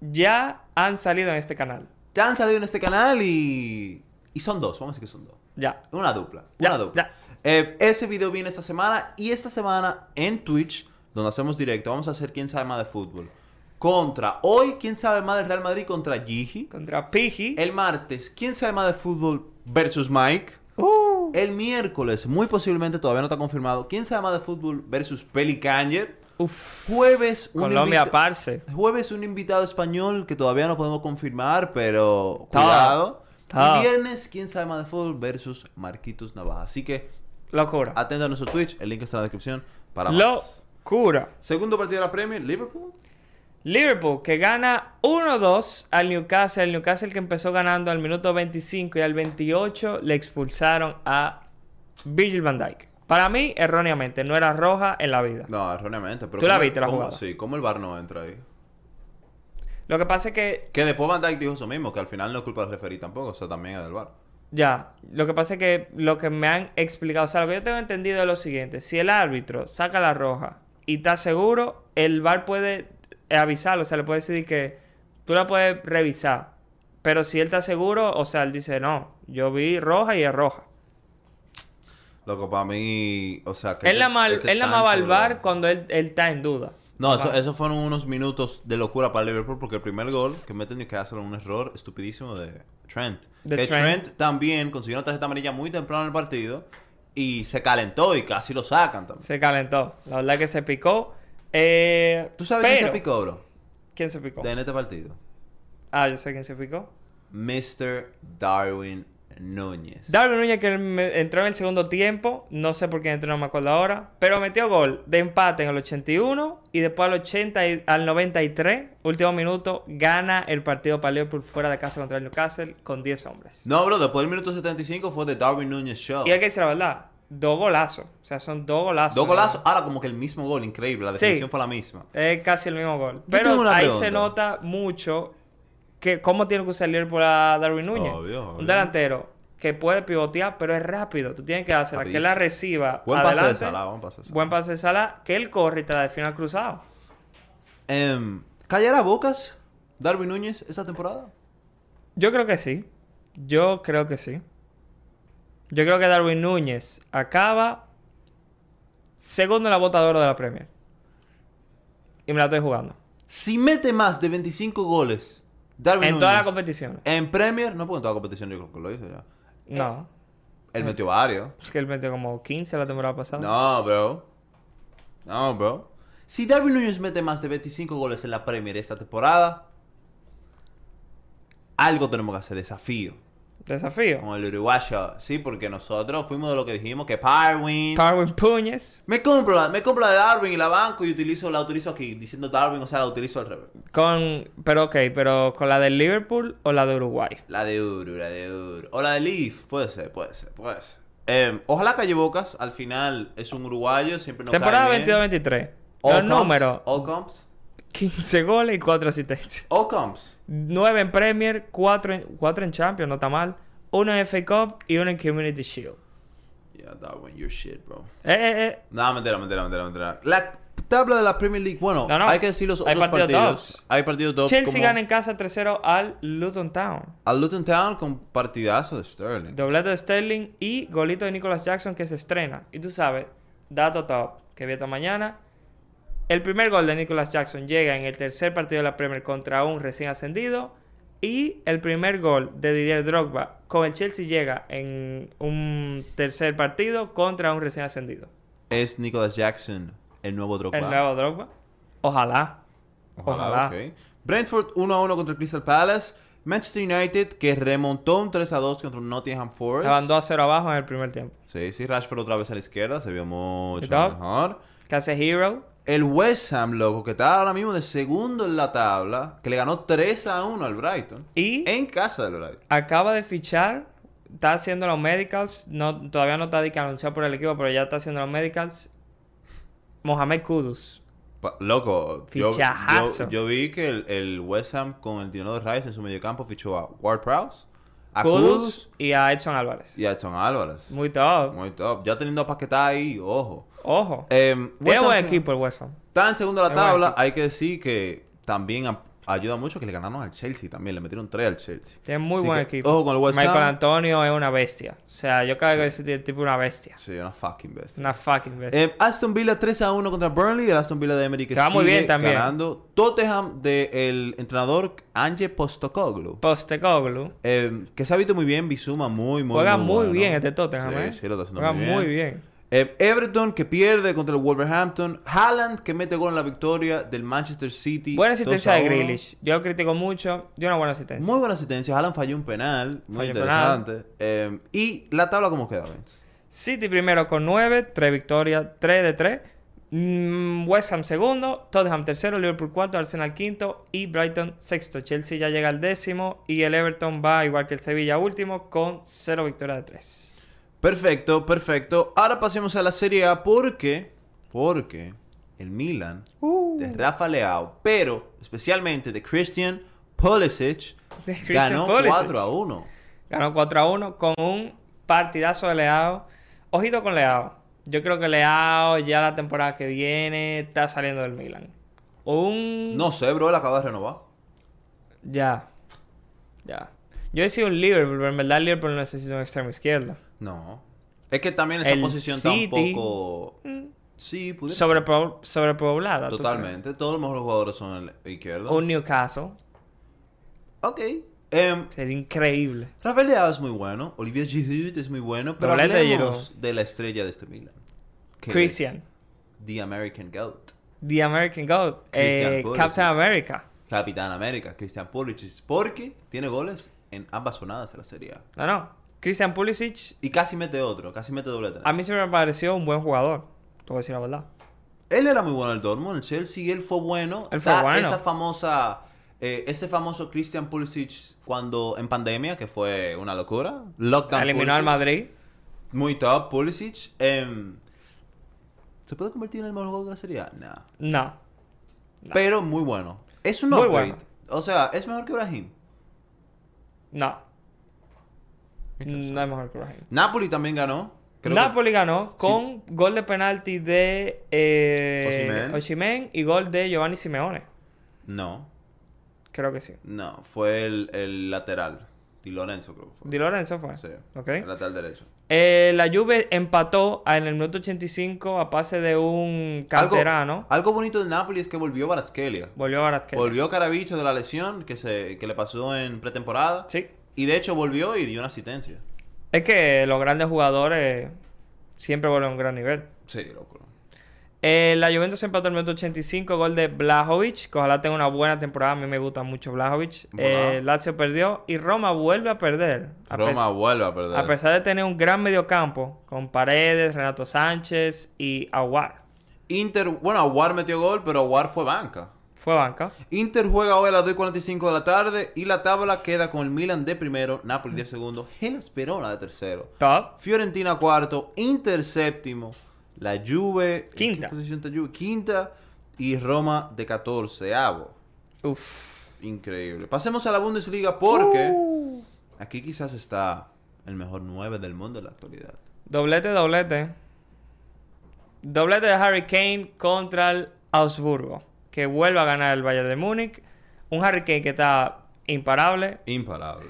Speaker 2: Ya han salido en este canal.
Speaker 1: Te han salido en este canal y y son dos, vamos a decir que son dos.
Speaker 2: Ya.
Speaker 1: Una dupla.
Speaker 2: Ya,
Speaker 1: una dupla. Eh, ese video viene esta semana y esta semana en Twitch, donde hacemos directo, vamos a hacer quién sabe más de fútbol. Contra hoy, quién sabe más del Real Madrid contra Gigi.
Speaker 2: Contra Piji.
Speaker 1: El martes, quién sabe más de fútbol versus Mike.
Speaker 2: Uh,
Speaker 1: El miércoles, muy posiblemente, todavía no está confirmado, quién sabe más de fútbol versus Pelicanger.
Speaker 2: uf.
Speaker 1: Jueves, un
Speaker 2: Colombia,
Speaker 1: invita-
Speaker 2: parce.
Speaker 1: Jueves un invitado español que todavía no podemos confirmar, pero
Speaker 2: Está.
Speaker 1: cuidado.
Speaker 2: Está.
Speaker 1: Y Viernes, quién sabe más de fútbol versus Marquitos Navaja. Así que
Speaker 2: Locura.
Speaker 1: atento a nuestro Twitch, el link está en la descripción para más.
Speaker 2: Locura.
Speaker 1: Segundo partido de la Premier, Liverpool.
Speaker 2: Liverpool que gana 1-2 al Newcastle. El Newcastle que empezó ganando al minuto 25 y al 28 le expulsaron a Virgil van Dijk. Para mí, erróneamente, no era roja en la vida.
Speaker 1: No, erróneamente. Pero
Speaker 2: ¿Tú la
Speaker 1: ¿cómo-
Speaker 2: viste la
Speaker 1: cómo-
Speaker 2: jugada?
Speaker 1: Sí, ¿cómo el bar no entra ahí?
Speaker 2: Lo que pasa es que,
Speaker 1: Que después Van Dijk dijo eso mismo, que al final no es culpa del referí tampoco, o sea, también es del bar.
Speaker 2: ya, lo que pasa es que lo que me han explicado, o sea, lo que yo tengo entendido es lo siguiente. Si el árbitro saca la roja y está seguro, el VAR puede eh, avisarlo, o sea, le puede decir que tú la puedes revisar. Pero si él está seguro, o sea, él dice, no, yo vi roja y es roja.
Speaker 1: Loco, para mí, o sea, que...
Speaker 2: Él la mal-
Speaker 1: este
Speaker 2: él la
Speaker 1: tan
Speaker 2: llamaba al
Speaker 1: sobrado.
Speaker 2: bar cuando él, él está en duda.
Speaker 1: No, eso, eso fueron unos minutos de locura para Liverpool porque el primer gol que meten y que hacen un error estupidísimo de Trent.
Speaker 2: De
Speaker 1: que
Speaker 2: Trent.
Speaker 1: Trent. también consiguió una tarjeta amarilla muy temprano en el partido y se calentó y casi lo sacan también.
Speaker 2: Se calentó. La verdad que se picó. Eh,
Speaker 1: ¿Tú sabes quién
Speaker 2: pero-
Speaker 1: se picó, bro?
Speaker 2: ¿Quién se picó?
Speaker 1: De en este partido.
Speaker 2: Ah, yo sé quién se picó.
Speaker 1: Mr. Darwin Núñez.
Speaker 2: Darwin Núñez que me- entró en el segundo tiempo. No sé por qué entró, no me acuerdo ahora. Pero metió gol de empate en el 81 y después al 80 y- al 93, último minuto, gana el partido para Liverpool fuera de casa contra el Newcastle con 10 hombres.
Speaker 1: no, bro, después del minuto 75 fue de Darwin Núñez Show.
Speaker 2: Y hay que decir la verdad, dos golazos. O sea, son dos golazos.
Speaker 1: Dos
Speaker 2: ¿no?
Speaker 1: golazos, ahora como que el mismo gol, increíble, la
Speaker 2: Sí.
Speaker 1: definición fue la misma.
Speaker 2: Es casi el mismo gol.
Speaker 1: Yo tengo
Speaker 2: Pero
Speaker 1: una
Speaker 2: ahí
Speaker 1: pregunta.
Speaker 2: se nota mucho que cómo tiene que usar Liverpool a Darwin Núñez.
Speaker 1: Obvio, obvio.
Speaker 2: Un delantero que puede pivotear, pero es rápido. Tú tienes que hacerla, que
Speaker 1: Rapidísimo.
Speaker 2: él la reciba.
Speaker 1: Buen pase de
Speaker 2: adelante,
Speaker 1: Salah, buen pase de Salah.
Speaker 2: Buen pase de Salah, que él corre y te la define al cruzado.
Speaker 1: Em, ¿Callará bocas Darwin Núñez esta temporada?
Speaker 2: Yo creo que sí. Yo creo que sí. Yo creo que Darwin Núñez acaba segundo en la bota de oro de la Premier. Y me la estoy jugando.
Speaker 1: Si mete más de 25 goles, Darwin
Speaker 2: en todas las
Speaker 1: Núñez,
Speaker 2: competiciones.
Speaker 1: En Premier, no porque en toda la competición yo creo que lo hizo ya.
Speaker 2: No.
Speaker 1: Él metió varios.
Speaker 2: Es que él metió como 15 la temporada pasada.
Speaker 1: No, bro. No, bro. Si Darwin Núñez mete más de 25 goles en la Premier esta temporada, algo tenemos que hacer, desafío.
Speaker 2: Desafío.
Speaker 1: Con el uruguayo, sí, porque nosotros fuimos de lo que dijimos que Parwin.
Speaker 2: Darwin Puñez.
Speaker 1: me compro, la, me compro la de Darwin y la banco y utilizo, la utilizo aquí, diciendo Darwin, o sea, la utilizo al revés.
Speaker 2: Con. Pero ok, pero con la de Liverpool o la de Uruguay.
Speaker 1: La de Uru, la de Uru. O la de Leaf. Puede ser, puede ser, puede ser. Em, ojalá Calle Bocas, al final es un uruguayo, siempre nos
Speaker 2: Temporada
Speaker 1: cae bien.
Speaker 2: 22-23.
Speaker 1: All
Speaker 2: Los
Speaker 1: comps,
Speaker 2: números:
Speaker 1: All comps.
Speaker 2: 15 goles y 4 asistencias.
Speaker 1: All comps.
Speaker 2: 9 en Premier, 4 en, 4 en Champions, no está mal. 1 en FA Cup y 1 en Community Shield.
Speaker 1: Yeah, Darwin, your shit, bro.
Speaker 2: Eh, eh, eh.
Speaker 1: No, mentira, mentira, mentira, mentira. La tabla de la Premier League, bueno,
Speaker 2: No, no.
Speaker 1: hay que decir los
Speaker 2: Hay
Speaker 1: otros
Speaker 2: partidos
Speaker 1: partidos.
Speaker 2: tops.
Speaker 1: Hay partidos top.
Speaker 2: Chelsea
Speaker 1: como
Speaker 2: gana en casa 3-0 al Luton Town.
Speaker 1: A Luton Town con partidazo de Sterling.
Speaker 2: Doblete de Sterling y golito de Nicholas Jackson que se estrena. Y tú sabes, dato top que vi esta mañana. El primer gol de Nicholas Jackson llega en el tercer partido de la Premier contra un recién ascendido. Y el primer gol de Didier Drogba con el Chelsea llega en un tercer partido contra un recién ascendido.
Speaker 1: Es Nicholas Jackson, el nuevo Drogba.
Speaker 2: El nuevo Drogba. Ojalá. Ojalá.
Speaker 1: ok. Brentford 1-1 contra el Crystal Palace. Manchester United que remontó un 3-2 contra un Nottingham Forest.
Speaker 2: Estaban 2 a 0 abajo en el primer tiempo.
Speaker 1: Sí, sí, Rashford otra vez a la izquierda, se vio mucho
Speaker 2: ¿Qué tal?
Speaker 1: mejor.
Speaker 2: Que hace Hero.
Speaker 1: El West Ham, loco, que está ahora mismo de segundo en la tabla, que le ganó 3 a 1 al Brighton.
Speaker 2: Y
Speaker 1: En casa del Brighton.
Speaker 2: acaba de fichar, está haciendo los medicals, no, todavía no está de que anunciado por el equipo, pero ya está haciendo los medicals. Mohamed Kudus.
Speaker 1: Pa- Loco, yo,
Speaker 2: Fichajazo.
Speaker 1: yo, yo vi que el, el West Ham con el Dino de Rice en su mediocampo fichó a Ward Prowse, a Kudus
Speaker 2: Kudus y a Edson Álvarez.
Speaker 1: y a Edson Álvarez. Muy,
Speaker 2: Muy top.
Speaker 1: top. Ya teniendo a Paquetá ahí, ojo.
Speaker 2: Ojo.
Speaker 1: Em, West
Speaker 2: Es
Speaker 1: Ham
Speaker 2: buen
Speaker 1: que-
Speaker 2: equipo el West Ham.
Speaker 1: Está en segundo de la
Speaker 2: Es buen
Speaker 1: tabla.
Speaker 2: equipo.
Speaker 1: Hay que decir que también a- ayuda mucho que le ganaron al Chelsea también. Le metieron 3 al Chelsea.
Speaker 2: Tiene muy
Speaker 1: Así
Speaker 2: buen
Speaker 1: que,
Speaker 2: equipo.
Speaker 1: Ojo con el West
Speaker 2: Michael
Speaker 1: Ham.
Speaker 2: Antonio es una bestia. O sea, yo cada vez que ese tipo es una bestia.
Speaker 1: Sí, una fucking bestia.
Speaker 2: Una fucking bestia.
Speaker 1: Eh, Aston Villa 3 a 1 contra Burnley. El Aston Villa de Emery que
Speaker 2: Que va muy
Speaker 1: sigue
Speaker 2: bien también.
Speaker 1: ganando. Tottenham del entrenador Ange Postocoglu.
Speaker 2: Postecoglou.
Speaker 1: Eh, que se ha visto muy bien. Bizuma muy, muy
Speaker 2: Juega muy
Speaker 1: bueno.
Speaker 2: bien este Tottenham,
Speaker 1: Sí,
Speaker 2: ¿eh?
Speaker 1: sí, lo está haciendo
Speaker 2: Juega
Speaker 1: muy bien.
Speaker 2: muy bien.
Speaker 1: Eh, Everton que pierde contra el Wolverhampton. Haaland que mete gol en la victoria del Manchester City.
Speaker 2: Buena
Speaker 1: 2 a
Speaker 2: asistencia de
Speaker 1: 1.
Speaker 2: Grealish. Yo lo critico mucho. Dio una buena asistencia.
Speaker 1: Muy buena asistencia. Haaland falló un penal. Muy
Speaker 2: Falló un
Speaker 1: interesante. Eh, y la tabla, ¿cómo queda, Vince?
Speaker 2: City primero con 9, 3 victorias, 3 de 3. West Ham segundo, Tottenham tercero, Liverpool cuarto, Arsenal quinto y Brighton sexto. Chelsea ya llega al décimo y el Everton va igual que el Sevilla último con 0 victorias de 3.
Speaker 1: Perfecto, perfecto. Ahora pasemos a la Serie A porque. Porque el Milan de Rafa Leao, pero especialmente de Christian Pulisic,
Speaker 2: De Christian
Speaker 1: ganó
Speaker 2: Pulisic.
Speaker 1: 4 a 1.
Speaker 2: Ganó 4 a 1 con un partidazo de Leao. Ojito con Leao. Yo creo que Leao ya la temporada que viene está saliendo del Milan. Un...
Speaker 1: No sé, bro, él acaba de renovar.
Speaker 2: Ya. Ya. Yo he sido un Liverpool, pero en verdad el Liverpool no necesita un extremo izquierdo.
Speaker 1: No. Es que también esa
Speaker 2: El
Speaker 1: posición
Speaker 2: City.
Speaker 1: tampoco. Sí, pudiera.
Speaker 2: Sobrepobl- sobrepoblada. ¿tú
Speaker 1: Totalmente. Todos los mejores jugadores son el
Speaker 2: crees?
Speaker 1: izquierdo.
Speaker 2: Un Newcastle.
Speaker 1: Ok. Em,
Speaker 2: Sería increíble.
Speaker 1: Rafael Leao es muy bueno, Olivier Giroud es muy bueno, pero
Speaker 2: Doblete de
Speaker 1: hablemos de la estrella de este Milan. que es
Speaker 2: Christian.
Speaker 1: The American Goat.
Speaker 2: The American Goat.
Speaker 1: Christian
Speaker 2: eh,
Speaker 1: Pulisic.
Speaker 2: Captain America.
Speaker 1: Capitán América, Christian Pulisic, porque tiene goles en ambas sonadas de la Serie A.
Speaker 2: No, no. Christian Pulisic
Speaker 1: Y casi mete otro, casi mete doblete.
Speaker 2: a mí siempre me pareció un buen jugador. Te voy a decir la verdad.
Speaker 1: Él era muy bueno en el Dortmund, en el Chelsea, y él fue bueno.
Speaker 2: Él fue
Speaker 1: Da
Speaker 2: bueno.
Speaker 1: Esa famosa, eh, ese famoso Christian Pulisic cuando en pandemia, que fue una locura. Lockdown
Speaker 2: Eliminó
Speaker 1: Pulisic.
Speaker 2: al Madrid.
Speaker 1: Muy top, Pulisic. Em, ¿Se puede convertir en el mejor jugador de la Serie A? Nah.
Speaker 2: No.
Speaker 1: Pero muy bueno. Es un
Speaker 2: Muy
Speaker 1: upgrade.
Speaker 2: bueno.
Speaker 1: O sea, es mejor que Brahim.
Speaker 2: No. No es mejor que Raheem.
Speaker 1: Napoli también ganó. Creo que-
Speaker 2: Napoli ganó con gol de penalti de eh,
Speaker 1: Osimhen.
Speaker 2: Osimhen y gol de Giovanni Simeone.
Speaker 1: No,
Speaker 2: Creo que sí.
Speaker 1: no. Fue el, el lateral. Di Lorenzo, creo que fue.
Speaker 2: Di Lorenzo fue.
Speaker 1: Sí.
Speaker 2: Ok.
Speaker 1: El lateral derecho.
Speaker 2: Eh, la Juve empató a- en el minuto 85 a pase de un canterano.
Speaker 1: Algo, algo bonito de Napoli es que volvió Baratskelia.
Speaker 2: Volvió Kvaratskhelia.
Speaker 1: Volvió Carabicho de la lesión que, se, que le pasó en pretemporada.
Speaker 2: Sí.
Speaker 1: Y de hecho volvió y dio una asistencia.
Speaker 2: Es que los grandes jugadores siempre vuelven a un gran nivel.
Speaker 1: Sí, loco.
Speaker 2: Eh, la Juventus empató en el minuto 85, gol de Blajovic, que ojalá tenga una buena temporada, a mí me gusta mucho Blajovic.
Speaker 1: Ojalá.
Speaker 2: Eh, Lazio perdió y Roma vuelve a perder. A
Speaker 1: Roma
Speaker 2: pes-
Speaker 1: vuelve a perder.
Speaker 2: a pesar de tener un gran mediocampo con Paredes, Renato Sánchez y Aguar.
Speaker 1: Inter, bueno, Aguar metió gol, pero Aguar fue banca.
Speaker 2: Fue banca.
Speaker 1: Inter juega hoy a las 2.45 de la tarde y la tabla queda con el Milan de primero, Napoli de segundo, Hellas Verona de tercero,
Speaker 2: Top.
Speaker 1: Fiorentina cuarto, Inter séptimo, la Juve, ¿en
Speaker 2: Quinta.
Speaker 1: ¿qué posición está Juve? Quinta y Roma de catorceavo.
Speaker 2: Uf.
Speaker 1: Increíble. Pasemos a la Bundesliga porque
Speaker 2: Uh.
Speaker 1: aquí quizás está el mejor 9 del mundo en la actualidad.
Speaker 2: Doblete, doblete. Doblete de Harry Kane contra el Augsburgo. Que vuelve a ganar el Bayern de Múnich. Un Harry Kane que está imparable.
Speaker 1: Imparable.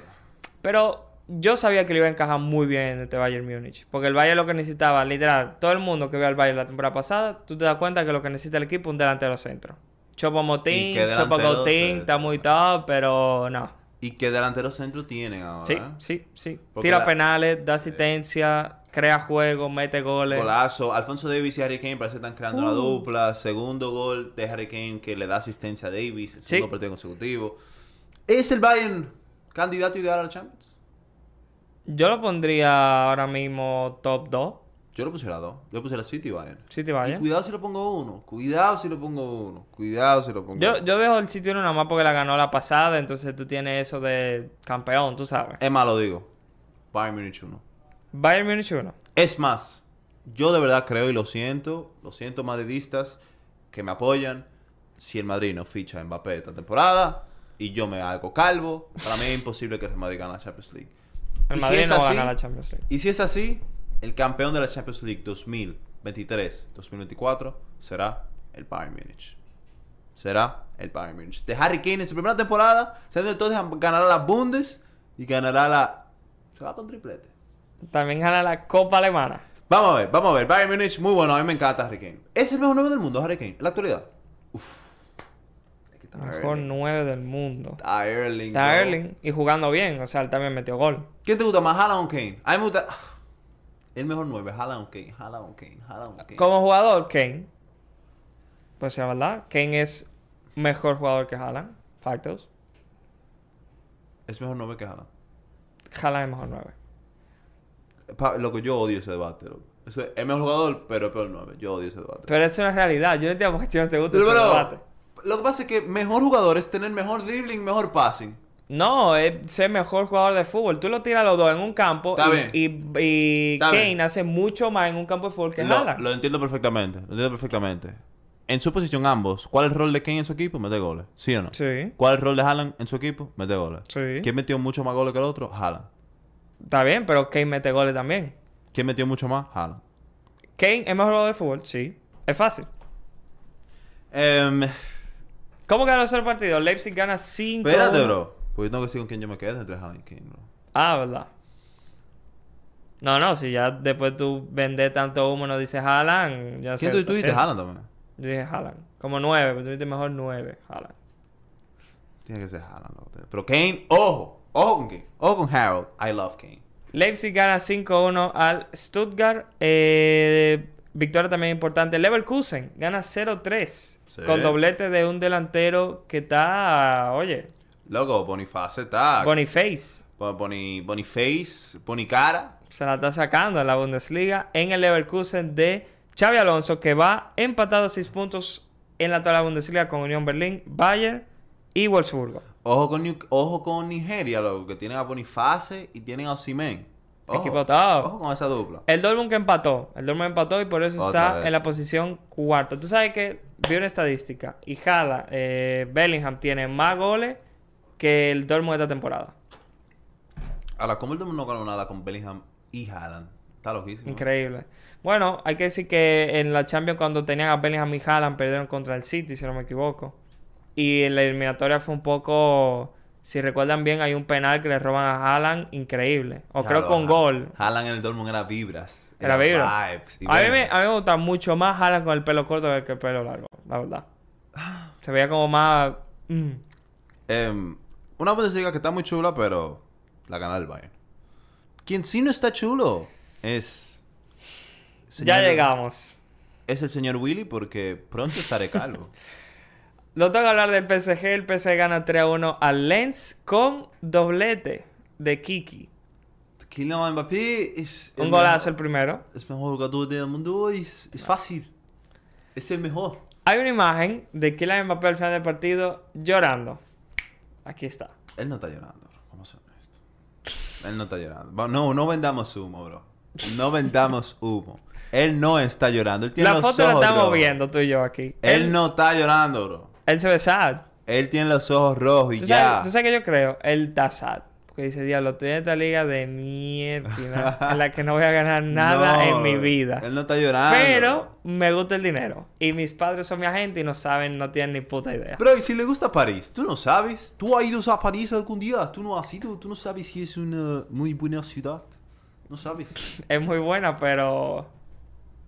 Speaker 2: Pero yo sabía que le iba a encajar muy bien en este Bayern Múnich. Porque el Bayern lo que necesitaba, literal, todo el mundo que ve al Bayern la temporada pasada, tú te das cuenta que lo que necesita el equipo es un delantero centro. Chopo
Speaker 1: ¿Y
Speaker 2: Motín,
Speaker 1: qué
Speaker 2: Chopo
Speaker 1: delantero
Speaker 2: Coutín,
Speaker 1: se-
Speaker 2: está muy top, pero no.
Speaker 1: ¿Y qué delantero centro tienen ahora?
Speaker 2: Sí,
Speaker 1: eh?
Speaker 2: sí, sí.
Speaker 1: Porque
Speaker 2: Tira
Speaker 1: la-
Speaker 2: penales, da asistencia, crea juego, mete goles.
Speaker 1: Golazo. Alfonso Davis y Harry Kane parece que están creando
Speaker 2: Uh.
Speaker 1: una dupla. Segundo gol de Harry Kane que le da asistencia a Davis. El
Speaker 2: Sí.
Speaker 1: segundo partido consecutivo. ¿Es el Bayern candidato ideal al Champions?
Speaker 2: Yo lo pondría ahora mismo top 2.
Speaker 1: Yo le pusiera dos. Yo le pusiera City y Bayern.
Speaker 2: City
Speaker 1: Y
Speaker 2: Bayern.
Speaker 1: cuidado si le pongo uno. Cuidado si le pongo uno. Cuidado si lo pongo
Speaker 2: Yo,
Speaker 1: uno.
Speaker 2: yo dejo el sitio uno nada más porque la ganó la pasada, entonces tú tienes eso de campeón, tú sabes.
Speaker 1: Es más, lo digo. Bayern Munich uno.
Speaker 2: Bayern Munich 1.
Speaker 1: Es más, yo de verdad creo y lo siento, lo siento madridistas que me apoyan. Si el Madrid no ficha a Mbappé esta temporada y yo me hago calvo, para mí es imposible que el Real Madrid gane la Champions League. Y
Speaker 2: El
Speaker 1: si
Speaker 2: Madrid
Speaker 1: es
Speaker 2: no va a
Speaker 1: así-
Speaker 2: ganar la Champions League.
Speaker 1: Y si es así, el campeón de la Champions League 2023-2024 será el Bayern Múnich. Será el Bayern Múnich. De Harry Kane en su primera temporada, se entonces ganará la Bundes y ganará la... Se va con triplete.
Speaker 2: También gana la Copa Alemana.
Speaker 1: Vamos a ver, vamos a ver. Bayern Munich, muy bueno. A mí me encanta Harry Kane. Es el mejor 9 del mundo, Harry Kane. En la actualidad. Uf. Es que está
Speaker 2: Mejor
Speaker 1: Erling.
Speaker 2: 9 del mundo.
Speaker 1: Está Erling.
Speaker 2: Está
Speaker 1: bro.
Speaker 2: Erling y jugando bien, o sea, él también metió gol.
Speaker 1: ¿Quién te gusta más, Haaland o Kane? A mí me gusta... ah, El mejor 9, Haaland o Kane. Haaland o Kane. Haaland o Kane.
Speaker 2: Como jugador, Kane. Pues sea verdad, Kane es mejor jugador que Haaland. Factos.
Speaker 1: Es mejor 9 que Haaland.
Speaker 2: Haaland es mejor 9.
Speaker 1: Pa- Loco, yo odio ese debate, loco. Ese- Es mejor jugador, pero es peor 9. Yo odio ese debate.
Speaker 2: Pero eso no es realidad. Yo no entiendo por qué a ti no te gusta
Speaker 1: Pero,
Speaker 2: ese
Speaker 1: bro,
Speaker 2: debate.
Speaker 1: lo que pasa es que mejor jugador es tener mejor dribbling, mejor passing.
Speaker 2: No, es ser mejor jugador de fútbol. Tú lo tiras a los dos en un campo
Speaker 1: Está
Speaker 2: y, y, y
Speaker 1: Está
Speaker 2: Kane
Speaker 1: bien.
Speaker 2: hace mucho más en un campo de fútbol que
Speaker 1: Lo,
Speaker 2: Haaland.
Speaker 1: lo entiendo perfectamente. Lo entiendo perfectamente. En su posición ambos, ¿cuál es el rol de Kane en su equipo? Mete goles. ¿Sí o no?
Speaker 2: Sí,
Speaker 1: ¿Cuál es el rol de Haaland en su equipo? Mete goles.
Speaker 2: sí.
Speaker 1: ¿Quién metió mucho más goles que el otro? Haaland.
Speaker 2: Está bien, pero Kane mete goles también.
Speaker 1: ¿Quién metió mucho más? Haaland.
Speaker 2: Kane es mejor jugador de fútbol, sí. Es fácil.
Speaker 1: Em,
Speaker 2: ¿Cómo ganó ese partido? Leipzig gana 5.
Speaker 1: espérate, bro. Pues yo tengo que decir con quién yo me quedo entre Haaland y Kane, bro.
Speaker 2: Ah, verdad. No, no, si ya después tú vendes tanto humo y no dices Haaland, ya
Speaker 1: ¿Quién
Speaker 2: sé,
Speaker 1: tú, tú dijiste
Speaker 2: sí.
Speaker 1: Haaland también?
Speaker 2: Yo dije Haaland. Como 9, pero tú dijiste mejor 9, Haaland.
Speaker 1: Tiene que ser Haaland, loco. Pero Kane, ojo. Ojo con Kane. Ojo con Harold. I love Kane.
Speaker 2: Leipzig gana 5-1 al Stuttgart. Eh, victoria también importante. Leverkusen gana 0-3.
Speaker 1: Sí.
Speaker 2: Con doblete de un delantero que está, oye,
Speaker 1: Loco, Boniface está.
Speaker 2: Boniface.
Speaker 1: Bo- Boni, Boniface, Bonicara.
Speaker 2: Se la está sacando en la Bundesliga. En el Leverkusen de Xavi Alonso, que va empatado a 6 puntos en la tabla de Bundesliga con Unión Berlín, Bayern y Wolfsburgo.
Speaker 1: Ojo con, New- ojo con Nigeria, loco, que tienen a Boniface y tienen a Osimen.
Speaker 2: Equipo top.
Speaker 1: Ojo con esa dupla.
Speaker 2: El Dortmund que empató. El Dortmund empató y por eso
Speaker 1: Otra
Speaker 2: está
Speaker 1: vez.
Speaker 2: en la posición cuarto. Tú sabes que vi una estadística. Y Jala, eh, Bellingham tiene más goles que el Dortmund de esta temporada.
Speaker 1: Ahora, ¿cómo el Dortmund no ganó nada con Bellingham y Haaland? Está loquísimo.
Speaker 2: Increíble. Bueno, hay que decir que en la Champions cuando tenían a Bellingham y Haaland perdieron contra el City, si no me equivoco. Y en la eliminatoria fue un poco... Si recuerdan bien, hay un penal que le roban a Haaland increíble. O
Speaker 1: Ya
Speaker 2: creo
Speaker 1: lo-
Speaker 2: con gol.
Speaker 1: Haaland en el Dortmund era vibras.
Speaker 2: Era vibra.
Speaker 1: vibes. y
Speaker 2: A mí,
Speaker 1: bueno.
Speaker 2: me, a mí me gusta mucho más Haaland con el pelo corto que el pelo largo, la verdad. Se veía como más... mm.
Speaker 1: Em, una Bundesliga que está muy chula, pero la gana el Bayern. Quien sí no está chulo es...
Speaker 2: Ya
Speaker 1: señor-
Speaker 2: llegamos.
Speaker 1: Es el señor Willy porque pronto estaré calvo.
Speaker 2: Lo tengo que hablar del PSG. El PSG gana 3 a 1 al Lens con doblete de Kiki.
Speaker 1: Kylian Mbappé es...
Speaker 2: Un
Speaker 1: el
Speaker 2: golazo el
Speaker 1: mejor-
Speaker 2: primero.
Speaker 1: Es mejor jugador del mundo y es, es fácil. Es el mejor.
Speaker 2: Hay una imagen de Kylian Mbappé al final del partido llorando. Aquí está.
Speaker 1: Él no está llorando, bro. Vamos a ser honestos. Él no está llorando. Va- No, no vendamos humo, bro. No vendamos humo. Él no está llorando. Él tiene
Speaker 2: La
Speaker 1: los
Speaker 2: foto la
Speaker 1: ojos
Speaker 2: estamos
Speaker 1: rojos.
Speaker 2: viendo tú y yo aquí.
Speaker 1: Él, no está llorando, bro.
Speaker 2: Él se ve sad.
Speaker 1: Él tiene los ojos rojos y
Speaker 2: ¿Tú
Speaker 1: ya.
Speaker 2: sabes, tú sabes que yo creo? Él está sad. Porque dice, diablo, estoy en esta liga de mierda en la que no voy a ganar nada
Speaker 1: No,
Speaker 2: en mi
Speaker 1: bro.
Speaker 2: vida.
Speaker 1: Él no está llorando.
Speaker 2: Pero me gusta el dinero. Y mis padres son mi agente y no saben, no tienen ni puta idea.
Speaker 1: Bro, y si le gusta París, tú no sabes. Tú has ido a París algún día. Tú no has ido. Tú no sabes si es una muy buena ciudad. No sabes.
Speaker 2: Es muy buena, pero.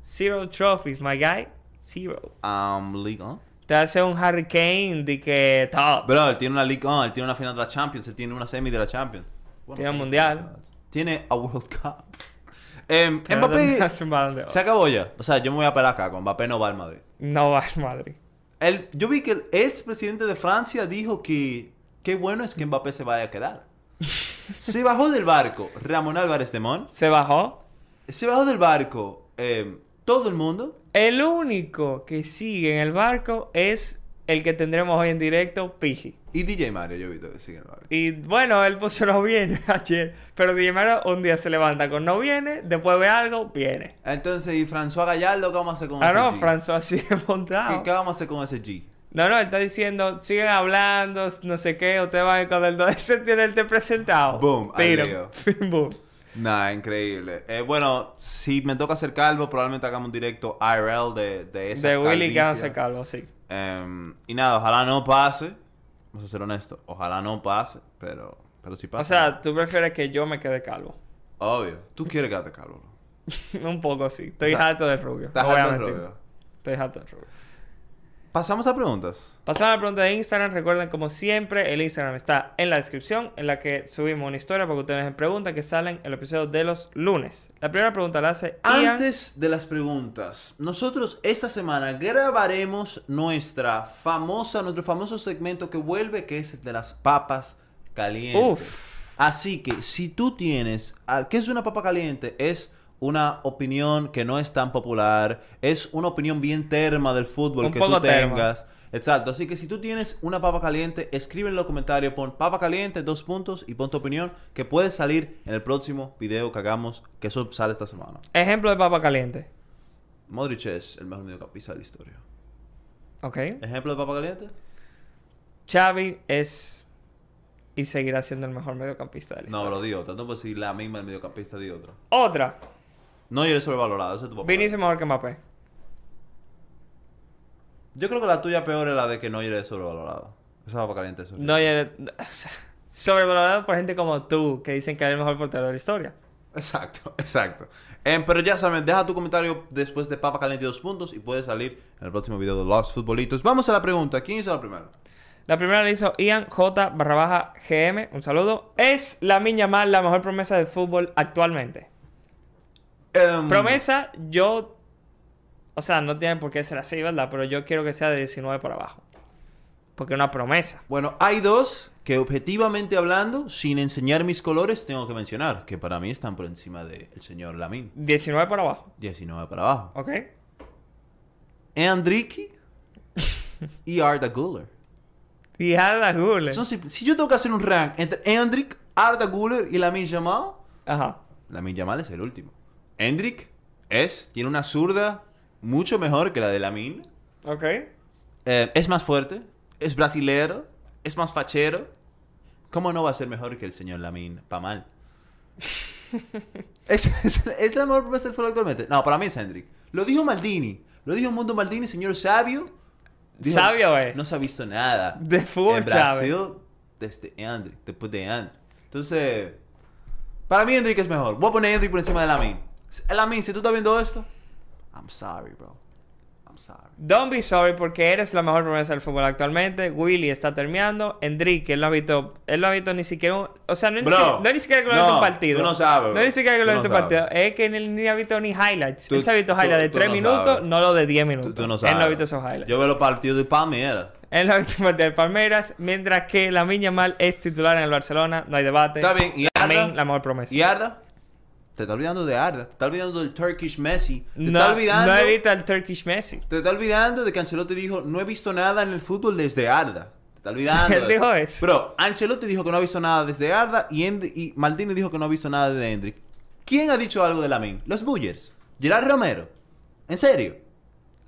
Speaker 2: Zero trophies, my guy. Zero.
Speaker 1: Um, League On.
Speaker 2: Te hace un Harry Kane de que top.
Speaker 1: Bro, él tiene una League On. Él tiene una final de la Champions. Él tiene una semi de la Champions. Bueno,
Speaker 2: Tiene un mundial.
Speaker 1: Tiene a World Cup. Em,
Speaker 2: Pero también
Speaker 1: Mbappé
Speaker 2: hace un balón de oro.
Speaker 1: se acabó ya. O sea, yo me voy a parar acá. Con Mbappé no va al Madrid.
Speaker 2: No va al Madrid.
Speaker 1: El- yo vi que el ex presidente de Francia dijo que qué bueno es que Mbappé se vaya a quedar. se bajó del barco Ramón Álvarez de Mont.
Speaker 2: Se bajó.
Speaker 1: Se bajó del barco eh, todo el mundo.
Speaker 2: El único que sigue en el barco es el que tendremos hoy en directo, Piji.
Speaker 1: Y DJ Mario, yo he visto que sigue en el barco.
Speaker 2: Y bueno, él puso no viene ayer. Pero DJ Mario un día se levanta con no viene, después ve algo, viene.
Speaker 1: Entonces, ¿y François Gallardo qué vamos a hacer con
Speaker 2: Ah,
Speaker 1: ese
Speaker 2: no,
Speaker 1: G?
Speaker 2: François sigue
Speaker 1: ¿Qué,
Speaker 2: montado.
Speaker 1: qué vamos a hacer con ese G?
Speaker 2: No, no, él está diciendo, siguen hablando, no sé qué, usted va a cuando el 2 de septiembre él esté presentado.
Speaker 1: Boom, al
Speaker 2: tiro.
Speaker 1: lío.
Speaker 2: Fin, boom.
Speaker 1: Nah, increíble. Eh, bueno, si me toca hacer calvo, probablemente hagamos un directo IRL de, de esa
Speaker 2: De Willy que
Speaker 1: calvicie.
Speaker 2: hace calvo, sí.
Speaker 1: Em, y nada, ojalá no pase. Vamos a ser honestos. Ojalá no pase, pero, pero si pasa.
Speaker 2: O sea, tú prefieres que yo me quede calvo.
Speaker 1: obvio. Tú quieres quedarte calvo. bro.
Speaker 2: Un poco sí. Estoy
Speaker 1: O sea,
Speaker 2: harto de rubio.
Speaker 1: Estás
Speaker 2: no voy a
Speaker 1: harto de
Speaker 2: mentir.
Speaker 1: rubio.
Speaker 2: Estoy harto de rubio.
Speaker 1: Pasamos a preguntas.
Speaker 2: Pasamos a la pregunta de Instagram. Recuerden, como siempre, el Instagram está en la descripción, en la que subimos una historia para que ustedes me preguntas que salen en el episodio de los lunes. La primera pregunta la hace Ian.
Speaker 1: Antes de las preguntas, nosotros esta semana grabaremos nuestra famosa, nuestro famoso segmento que vuelve, que es el de las papas calientes.
Speaker 2: Uf.
Speaker 1: Así que si tú tienes, al- ¿qué es una papa caliente? Es una opinión que no es tan popular, es una opinión bien terma del fútbol
Speaker 2: Un
Speaker 1: que
Speaker 2: poco
Speaker 1: tú
Speaker 2: terma.
Speaker 1: tengas. Exacto, así que si tú tienes una papa caliente, escribe en los comentarios, pon papa caliente, dos puntos y pon tu opinión, que puede salir en el próximo video que hagamos, que eso sale esta semana.
Speaker 2: Ejemplo de papa caliente.
Speaker 1: Modric es el mejor mediocampista de la historia.
Speaker 2: Ok.
Speaker 1: ¿Ejemplo de papa caliente?
Speaker 2: Xavi es y seguirá siendo el mejor mediocampista de la
Speaker 1: No,
Speaker 2: historia.
Speaker 1: bro, di otra. No puedo decir la misma del mediocampista de otra.
Speaker 2: Otra.
Speaker 1: No, yo eres sobrevalorado, eso es tu papá.
Speaker 2: Vinicius mejor que Mbappé.
Speaker 1: Yo creo que la tuya peor es la de que no eres sobrevalorado. Esa papa caliente es horrible.
Speaker 2: No, y el- sobrevalorado por gente como tú que dicen que es el mejor portero de la historia.
Speaker 1: Exacto, exacto. Em, pero ya saben, deja tu comentario después de Papa Caliente dos puntos y puede salir en el próximo video de los futbolitos. Vamos a la pregunta. ¿Quién hizo la primera?
Speaker 2: La primera la hizo Ian J barra baja GM. Un saludo. ¿Es la Miña Mal la mejor promesa del fútbol actualmente?
Speaker 1: Em,
Speaker 2: Promesa, yo. O sea, no tiene por qué ser así, ¿verdad? Pero yo quiero que sea de 19 para abajo. Porque es una promesa.
Speaker 1: Bueno, hay dos que objetivamente hablando, sin enseñar mis colores, tengo que mencionar. Que para mí están por encima del señor Lamin.
Speaker 2: 19 para abajo,
Speaker 1: 19 para abajo.
Speaker 2: ¿ok?
Speaker 1: Andriki y Arda Guller.
Speaker 2: Y Arda Güler.
Speaker 1: Son simples. Si yo tengo que hacer un rank entre Andrik, Arda Guller y Lamin Yamal...
Speaker 2: Ajá.
Speaker 1: Lamin Yamal es el último. Hendrik es, tiene una zurda mucho mejor que la de Lamin.
Speaker 2: ¿Ok?
Speaker 1: Eh, es más fuerte, es brasilero, es más fachero. ¿Cómo no va a ser mejor que el señor Lamin Pamal? ¿Es, es, es la mejor promesa del fútbol actualmente? No, para mí es Hendrik. Lo dijo Maldini. Lo dijo Mundo Maldini, señor sabio. Dijo,
Speaker 2: Sabio es.
Speaker 1: No se ha visto nada.
Speaker 2: De fútbol,
Speaker 1: En
Speaker 2: Chávez.
Speaker 1: Brasil, desde Hendrik, después de Hendrik. Entonces, para mí Hendrik es mejor. Voy a poner a Hendrik por encima de Lamin. S- Lamin, si tú estás viendo esto, I'm sorry, bro. I'm sorry.
Speaker 2: Don't be sorry porque eres la mejor promesa del fútbol actualmente. Willy está terminando. Enrique, él no ha visto, él no ha visto ni siquiera un, O sea, no, es ni
Speaker 1: Bro,
Speaker 2: si- no es ni siquiera que lo ha visto
Speaker 1: no,
Speaker 2: un partido.
Speaker 1: tú no sabes,
Speaker 2: No es ni siquiera que lo ha
Speaker 1: tú
Speaker 2: visto
Speaker 1: no
Speaker 2: un partido.
Speaker 1: sabes.
Speaker 2: Es que ni, ni ha visto ni highlights.
Speaker 1: Tú-
Speaker 2: él se ha visto
Speaker 1: tú-
Speaker 2: highlights de
Speaker 1: tú
Speaker 2: 3
Speaker 1: no
Speaker 2: minutos,
Speaker 1: sabes.
Speaker 2: no los de 10
Speaker 1: Tú,
Speaker 2: minutos.
Speaker 1: tú no sabes.
Speaker 2: Él no ha visto esos highlights.
Speaker 1: Yo veo los partidos de Palmeiras.
Speaker 2: Él no ha visto el partido del Palmeiras, mientras que la Miña Mal es titular en el Barcelona. No hay debate.
Speaker 1: Está bien, y
Speaker 2: También
Speaker 1: Arda.
Speaker 2: la mejor promesa.
Speaker 1: ¿Y Arda? Te está olvidando de Arda. Te está olvidando del Turkish Messi. Te
Speaker 2: no,
Speaker 1: está olvidando.
Speaker 2: no he visto al Turkish Messi.
Speaker 1: Te está olvidando de que Ancelotti dijo, no he visto nada en el fútbol desde Arda. Te está olvidando.
Speaker 2: Él
Speaker 1: de
Speaker 2: dijo eso.
Speaker 1: Bro, Ancelotti dijo que no ha visto nada desde Arda y, End- y Maldini dijo que no ha visto nada de Hendrik. ¿Quién ha dicho algo de Lamin? Los Bullers. Gerard Romero. ¿En serio?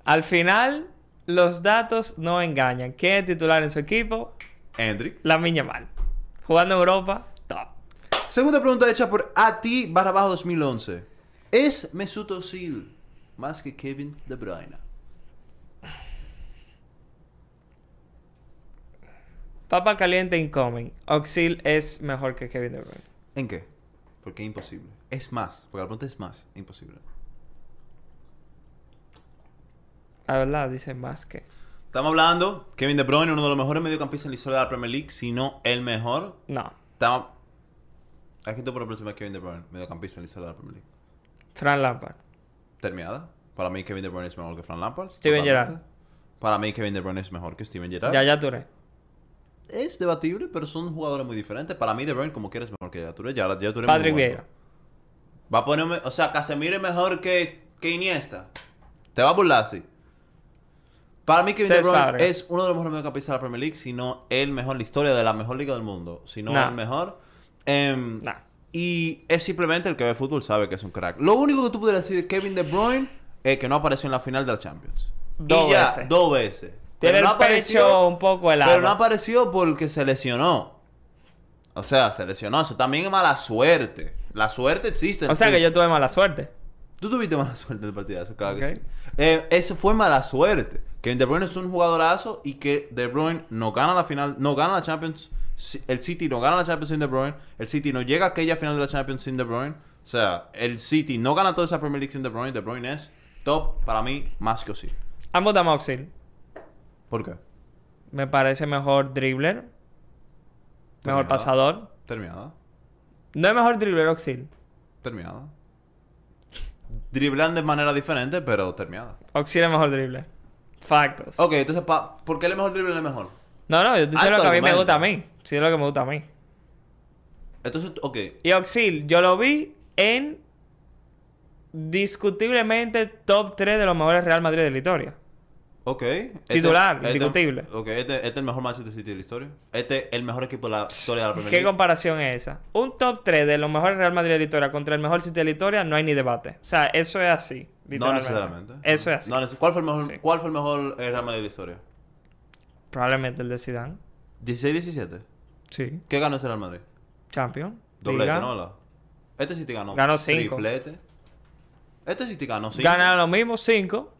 Speaker 2: Al final, los datos no engañan. ¿Quién es titular en su equipo?
Speaker 1: Hendrik.
Speaker 2: La Miña Mal. Jugando en Europa, top.
Speaker 1: Segunda pregunta hecha por a ti barra bajo 2011. ¿Es Mesut Özil más que Kevin De Bruyne?
Speaker 2: Papa caliente incoming. Oxil es mejor que Kevin De Bruyne.
Speaker 1: ¿En qué? Porque es imposible. Es más. Porque la pregunta es más. Imposible.
Speaker 2: La verdad, dice más que.
Speaker 1: Estamos hablando, Kevin De Bruyne, uno de los mejores mediocampistas en la historia de la Premier League, si no el mejor.
Speaker 2: No.
Speaker 1: Estamos... ¿A quién te pone por encima de Kevin De Bruyne, mediocampista en la historia de la Premier League?
Speaker 2: Fran Lampard.
Speaker 1: Terminada. Para mí Kevin De Bruyne es mejor que Fran Lampard.
Speaker 2: Steven
Speaker 1: totalmente.
Speaker 2: Gerrard.
Speaker 1: Para mí Kevin De Bruyne es mejor que Steven Gerrard.
Speaker 2: Ya, ya Touré.
Speaker 1: Es debatible, pero son jugadores muy diferentes. Para mí De Bruyne como quieres mejor que Yaya Touré. Yaya- Yaya Touré es muy
Speaker 2: Patrick
Speaker 1: bueno.
Speaker 2: Vieira.
Speaker 1: Va a ponerme... O sea, Casemiro es mejor que que Iniesta. Te va a burlar así. Para mí, Kevin De
Speaker 2: Cesc
Speaker 1: Bruyne
Speaker 2: Fabregas.
Speaker 1: es uno de los mejores mediocampistas de la Premier League, si no el mejor en la historia de la mejor liga del mundo. Si no
Speaker 2: Nah.
Speaker 1: el mejor. Em,
Speaker 2: Nah.
Speaker 1: Y es simplemente el que ve fútbol sabe que es un crack. Lo único que tú pudieras decir de Kevin De Bruyne es que no apareció en la final de la Champions.
Speaker 2: Dos
Speaker 1: y ya,
Speaker 2: veces.
Speaker 1: Dos veces. Pero
Speaker 2: Tiene
Speaker 1: no
Speaker 2: el pecho un poco helado.
Speaker 1: Pero no apareció porque se lesionó. O sea, se lesionó. Eso también es mala suerte. La suerte existe.
Speaker 2: o sea que yo tuve mala suerte.
Speaker 1: Tú tuviste mala suerte en el partidazo, claro
Speaker 2: Ok.
Speaker 1: que sí. Eh, eso fue mala suerte. Que De Bruyne es un jugadorazo y que De Bruyne no gana la final, no gana la Champions. Si- El City no gana la Champions sin De Bruyne. El City no llega a aquella final de la Champions sin De Bruyne. O sea, el City no gana toda esa Premier League sin De Bruyne. De Bruyne es top para mí más que sí.
Speaker 2: Ambos Damoxil.
Speaker 1: ¿Por qué?
Speaker 2: Me parece mejor dribbler. Mejor
Speaker 1: Terminado.
Speaker 2: pasador.
Speaker 1: Terminada.
Speaker 2: No es mejor dribbler Oxil.
Speaker 1: Terminada. Driblan de manera diferente, pero terminada.
Speaker 2: Oxil es mejor dribbler. Factos.
Speaker 1: Ok, entonces, pa- ¿por qué el mejor dribble es el mejor?
Speaker 2: No, no, yo te diciendo
Speaker 1: Alto
Speaker 2: lo que a mí me
Speaker 1: argumento.
Speaker 2: gusta a mí. Sí, es lo que me gusta a mí.
Speaker 1: Entonces, ok.
Speaker 2: Y Oxil, yo lo vi en discutiblemente top 3 de los mejores Real Madrid de la historia.
Speaker 1: Ok.
Speaker 2: Titular,
Speaker 1: Este-
Speaker 2: indiscutible.
Speaker 1: Este, ok, este, este es el mejor Manchester City de la historia. Este es el mejor equipo de la historia de la Premier
Speaker 2: ¿Qué
Speaker 1: League.
Speaker 2: comparación es esa? Un top 3 de los mejores Real Madrid de la historia contra el mejor City de la historia, no hay ni debate. O sea, eso es así.
Speaker 1: No
Speaker 2: literalmente.
Speaker 1: necesariamente.
Speaker 2: Eso es así.
Speaker 1: No neces- ¿Cuál fue el mejor,
Speaker 2: Sí.
Speaker 1: cuál fue el mejor eh, Real Madrid de la historia?
Speaker 2: Probablemente el de Zidane.
Speaker 1: 16-17.
Speaker 2: Sí.
Speaker 1: ¿Qué ganó ese Real Madrid?
Speaker 2: Champion.
Speaker 1: Doblete,
Speaker 2: Liga.
Speaker 1: ¿no? ¿Verdad? Este City ganó.
Speaker 2: Ganó cinco.
Speaker 1: Triplete. Este City ganó 5.
Speaker 2: Ganaron lo mismo, 5.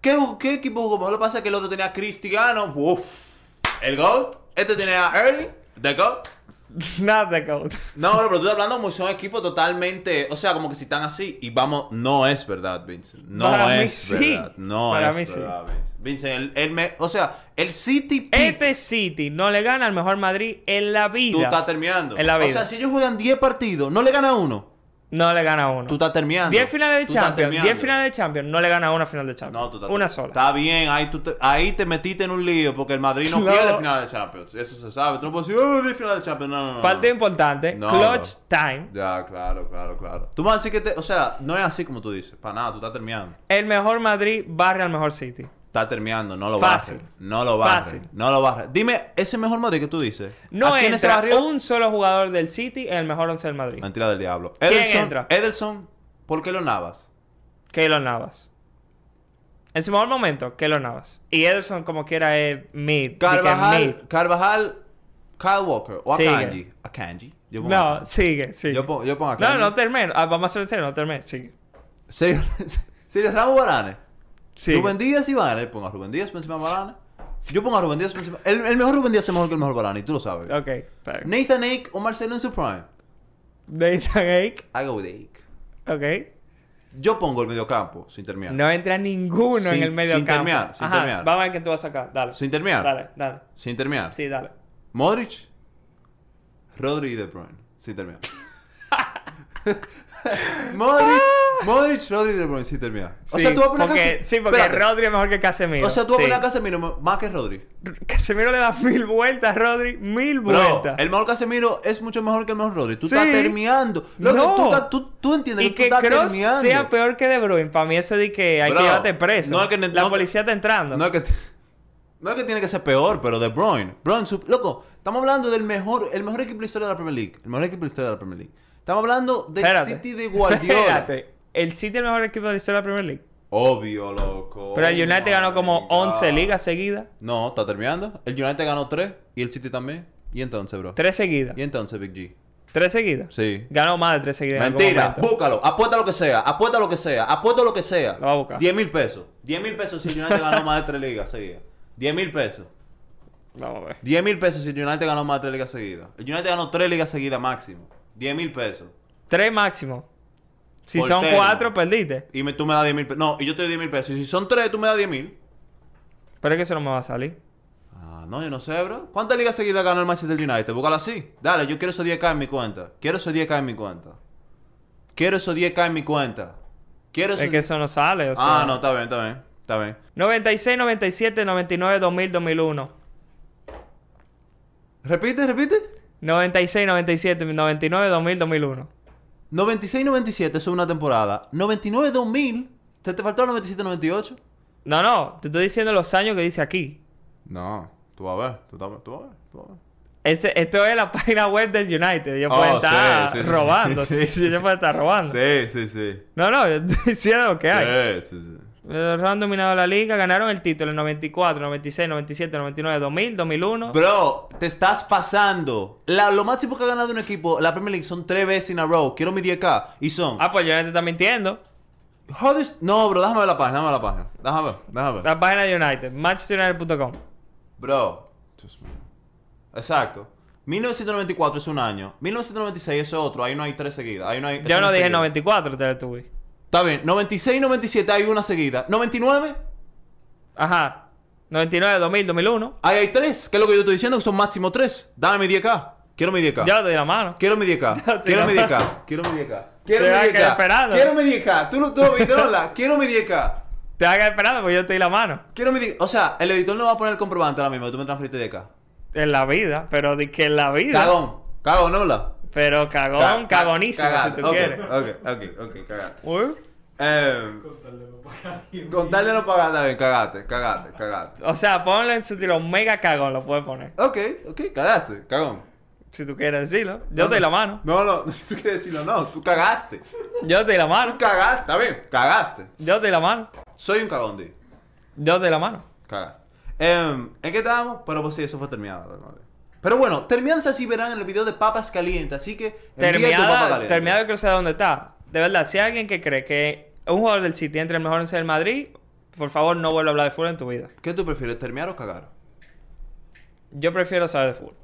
Speaker 1: ¿Qué, ¿Qué equipo jugó? Mejor lo que pasa es que el otro tenía a Cristiano. Uf. El GOAT. Este tenía a Erling. The GOAT.
Speaker 2: Nada de count.
Speaker 1: No, pero, pero tú estás hablando como si son equipos totalmente. O sea, como que si están así. Y vamos, no es verdad, Vincent. No
Speaker 2: Para mí
Speaker 1: es
Speaker 2: sí.
Speaker 1: verdad. No
Speaker 2: Para
Speaker 1: es
Speaker 2: mí sí.
Speaker 1: verdad, Vincent. Vincent, el, el me- o sea, el City Pick,
Speaker 2: Este City no le gana al mejor Madrid en la vida.
Speaker 1: tú estás terminando.
Speaker 2: En la
Speaker 1: O
Speaker 2: vida.
Speaker 1: sea, si ellos juegan 10 partidos, no le gana uno.
Speaker 2: No le gana a uno.
Speaker 1: Tú estás terminando.
Speaker 2: 10 finales de
Speaker 1: Tú estás
Speaker 2: Champions.
Speaker 1: terminando.
Speaker 2: 10 finales de Champions. No le gana a una final de Champions.
Speaker 1: No, tú estás
Speaker 2: Una
Speaker 1: terminando.
Speaker 2: sola.
Speaker 1: Está bien, ahí, tú te, ahí te metiste en un lío porque el Madrid no,
Speaker 2: No.
Speaker 1: pierde final de Champions. Eso se sabe. Tú no puedes decir, oh, 10 finales de Champions. No, no, no.
Speaker 2: Parte
Speaker 1: no.
Speaker 2: importante.
Speaker 1: No,
Speaker 2: clutch
Speaker 1: no.
Speaker 2: time.
Speaker 1: Ya, claro, claro, claro. Tú me vas a decir que te. O sea, no es así como tú dices. Para nada, tú estás terminando.
Speaker 2: El mejor Madrid barre al mejor City.
Speaker 1: Está terminando, no lo
Speaker 2: Fácil.
Speaker 1: barre. No lo barre.
Speaker 2: Fácil.
Speaker 1: No lo barre. Dime, ese mejor Madrid que tú dices.
Speaker 2: No
Speaker 1: ¿A quién ese
Speaker 2: entra
Speaker 1: barrio?
Speaker 2: un solo jugador del City en el mejor once del Madrid.
Speaker 1: Mentira del diablo.
Speaker 2: ¿Quién
Speaker 1: Edelson,
Speaker 2: entra?
Speaker 1: Edelson, ¿por qué lo navas?
Speaker 2: Keylor Navas. En su mejor momento, Keylor Navas. Y Ederson, como quiera, es mid. Dique
Speaker 1: Carvajal,
Speaker 2: mid.
Speaker 1: Carvajal, Kyle Walker o
Speaker 2: Sigue.
Speaker 1: Akanji. Akanji. Yo pongo
Speaker 2: No,
Speaker 1: Akanji.
Speaker 2: sigue, sigue.
Speaker 1: Yo pongo, yo pongo
Speaker 2: no,
Speaker 1: Akanji.
Speaker 2: no termino. Ah, vamos a hacer en serio, no termino. Sigue.
Speaker 1: Serio, serio, Ramos Varane.
Speaker 2: Sigue.
Speaker 1: Rubén Díaz y Varane. Pongo a Rubén Díaz por encima de Varane. Yo pongo a Rubén Díaz por encima. El, el mejor Rubén Díaz es mejor que el mejor Varane, y tú lo sabes.
Speaker 2: Ok, fair.
Speaker 1: Nathan Ake o Marcelo en su prime.
Speaker 2: Nathan Ake.
Speaker 1: I go with Ake.
Speaker 2: Ok.
Speaker 1: Yo pongo el mediocampo, sin terminar.
Speaker 2: No entra ninguno
Speaker 1: Sin-
Speaker 2: en el medio
Speaker 1: sin
Speaker 2: campo.
Speaker 1: terminar, sin
Speaker 2: Ajá,
Speaker 1: terminar.
Speaker 2: Vamos a ver quién tú vas a sacar. Dale.
Speaker 1: Sin terminar.
Speaker 2: Dale, dale.
Speaker 1: Sin terminar.
Speaker 2: Sí, dale.
Speaker 1: Modric, Rodri y De Bruyne. Sin terminar. Modric, Modric, Rodri y De Bruyne. Sin terminar. O sea,
Speaker 2: Ah. Sí,
Speaker 1: tú vas a poner
Speaker 2: porque,
Speaker 1: Case-
Speaker 2: Sí, porque
Speaker 1: Espérate.
Speaker 2: Rodri es mejor que Casemiro.
Speaker 1: O sea, tú vas a
Speaker 2: Sí.
Speaker 1: poner a Casemiro más que Rodri.
Speaker 2: Casemiro le da mil vueltas, Rodri, mil
Speaker 1: Bro,
Speaker 2: vueltas.
Speaker 1: el mejor Casemiro es mucho mejor que el mejor Rodri. Tú
Speaker 2: Sí.
Speaker 1: estás terminando. Loco,
Speaker 2: No.
Speaker 1: tú, estás- tú, tú entiendes
Speaker 2: Y
Speaker 1: que
Speaker 2: que
Speaker 1: tú estás
Speaker 2: Cross
Speaker 1: terminando.
Speaker 2: sea peor que De Bruyne, para mí eso de que hay
Speaker 1: Bro,
Speaker 2: que llevarte preso.
Speaker 1: no es que ne-
Speaker 2: la
Speaker 1: no-
Speaker 2: policía está entrando.
Speaker 1: No es que, no es que tiene que ser peor, pero De Bruyne. Bruyne, su- loco, estamos hablando del mejor, el mejor equipo de la historia de la Premier League. El mejor equipo de la historia de la Premier League. Estamos hablando del
Speaker 2: Espérate.
Speaker 1: City de Guardiola.
Speaker 2: Espérate. El City es el mejor equipo de la historia de la Premier League.
Speaker 1: Obvio, loco.
Speaker 2: Pero el
Speaker 1: Oh
Speaker 2: United ganó
Speaker 1: my
Speaker 2: como
Speaker 1: God.
Speaker 2: 11 ligas seguidas.
Speaker 1: No, está terminando. El United ganó 3 y el City también. ¿Y entonces, bro?
Speaker 2: Tres seguidas.
Speaker 1: ¿Y entonces, Big G?
Speaker 2: Tres seguidas.
Speaker 1: Sí.
Speaker 2: Ganó más de tres seguidas. en algún
Speaker 1: Mentira,
Speaker 2: momento.
Speaker 1: búscalo, apuesta lo que sea, apuesta lo que sea, apuesta lo que sea.
Speaker 2: Lo voy a buscar.
Speaker 1: 10 mil pesos. 10 mil pesos si el United ganó más de 3 ligas seguidas. 10 mil pesos.
Speaker 2: Vamos a ver.
Speaker 1: 10 mil pesos si el United ganó más de 3 ligas seguidas. El United ganó 3 ligas seguidas máximo. 10 mil pesos.
Speaker 2: Tres máximo. Si son
Speaker 1: Portero.
Speaker 2: cuatro, perdiste.
Speaker 1: Y me- tú me das 10 mil pesos. No, y yo te doy 10 mil pesos. Y si son 3, tú me das 10 mil.
Speaker 2: Pero es que eso no me va a salir.
Speaker 1: Ah, no, yo no sé, bro. ¿Cuántas ligas seguidas ganó el Manchester United? Búscalo así. Dale, yo quiero esos 10k en mi cuenta. Quiero esos 10k en mi cuenta. Quiero esos 10k en mi cuenta. Quiero esos...
Speaker 2: Es que eso no sale. o
Speaker 1: Ah,
Speaker 2: sea.
Speaker 1: no, está bien, está bien. Está bien.
Speaker 2: 96, 97, 99, 2000, 2001.
Speaker 1: Repite, repite.
Speaker 2: 96, 97, 99, 2000, 2001.
Speaker 1: 96-97 es una temporada. 99-2000. ¿Se te faltó el 97-98?
Speaker 2: No, no, te estoy diciendo los años que dice aquí.
Speaker 1: No. Tú vas a ver. Tú, vas a ver, tú vas a ver. Tú vas a ver.
Speaker 2: Ese- esto es la página web del United. Yo
Speaker 1: Oh,
Speaker 2: puedo estar
Speaker 1: sí, sí, sí,
Speaker 2: robando.
Speaker 1: sí, sí,
Speaker 2: Yo puedo estar robando.
Speaker 1: Sí, sí, sí.
Speaker 2: No, no, yo estoy diciendo lo que hay.
Speaker 1: Sí, sí, sí.
Speaker 2: Los han dominado la liga, ganaron el título en 94, 96, 97, 99, 2000, 2001.
Speaker 1: Bro, te estás pasando. La- lo máximo que ha ganado un equipo, la Premier League, son tres veces in a row. Quiero mi 10K. Y son.
Speaker 2: Ah, pues yo no te está mintiendo.
Speaker 1: Joder, no, bro, déjame ver la página, déjame ver la página. Déjame ver, déjame ver.
Speaker 2: La página de United, manchesterunited.com.
Speaker 1: Bro. Dios mío. Exacto. 1994 es un año. 1996 es otro. Ahí no hay tres seguidas. Ahí no hay.
Speaker 2: Yo
Speaker 1: es
Speaker 2: no
Speaker 1: una
Speaker 2: dije
Speaker 1: seguida.
Speaker 2: 94, te detuve.
Speaker 1: Está bien. 96 y 97 hay una seguida. 99,
Speaker 2: Ajá. 99, 2000, 2001.
Speaker 1: ahí hay tres. ¿Qué es lo que yo estoy diciendo? Que son máximo tres. Dame mi 10K. Quiero mi 10K.
Speaker 2: Ya te di la mano.
Speaker 1: Quiero mi 10K. Quiero mi 10K. Quiero mi 10K. Quiero
Speaker 2: Te vas a
Speaker 1: mi
Speaker 2: quedar
Speaker 1: 10K.
Speaker 2: esperando.
Speaker 1: Quiero mi 10K. Tú no tú, Vitrola. Quiero mi 10K.
Speaker 2: Te hagas esperando porque yo te di la mano.
Speaker 1: Quiero mi 10K. O sea, el editor no va a poner el comprobante ahora mismo. Tú me transferiste 10K.
Speaker 2: En la vida, pero de que en la vida.
Speaker 1: Cagón. Cagón, ¿no? ¿verdad?
Speaker 2: Pero cagón,
Speaker 1: Ca- ca-
Speaker 2: cagonísimo,
Speaker 1: cagada.
Speaker 2: si tú
Speaker 1: Ok,
Speaker 2: quieres.
Speaker 1: Ok, ok, ok, cagate.
Speaker 2: Uy.
Speaker 1: Eh, contarle no pagar, está bien, cagate, cagate, cagate.
Speaker 2: O sea, ponlo en su tiro mega cagón, lo puedes poner.
Speaker 1: Ok, ok, cagaste, cagón.
Speaker 2: Si tú quieres decirlo. Yo te di la mano.
Speaker 1: No, no, si tú quieres decirlo, no, tú cagaste.
Speaker 2: Yo te di la
Speaker 1: Tú
Speaker 2: mano.
Speaker 1: cagaste, está bien, cagaste.
Speaker 2: Yo te di la mano.
Speaker 1: Soy un cagón, di.
Speaker 2: Yo te di la mano.
Speaker 1: Cagaste. Em, ¿En qué estábamos? Pero pues sí, eso fue terminado. Pero bueno, terminadas así verán en el video de papas calientes, así que envía tu papa
Speaker 2: Terminada,
Speaker 1: caliente.
Speaker 2: terminada el crucero donde está. De verdad, si hay alguien que cree que un jugador del City entre el mejor 11 del Madrid, por favor no vuelva a hablar de fútbol en tu vida.
Speaker 1: ¿Qué tú prefieres, terminar o cagar?
Speaker 2: Yo prefiero saber de fútbol.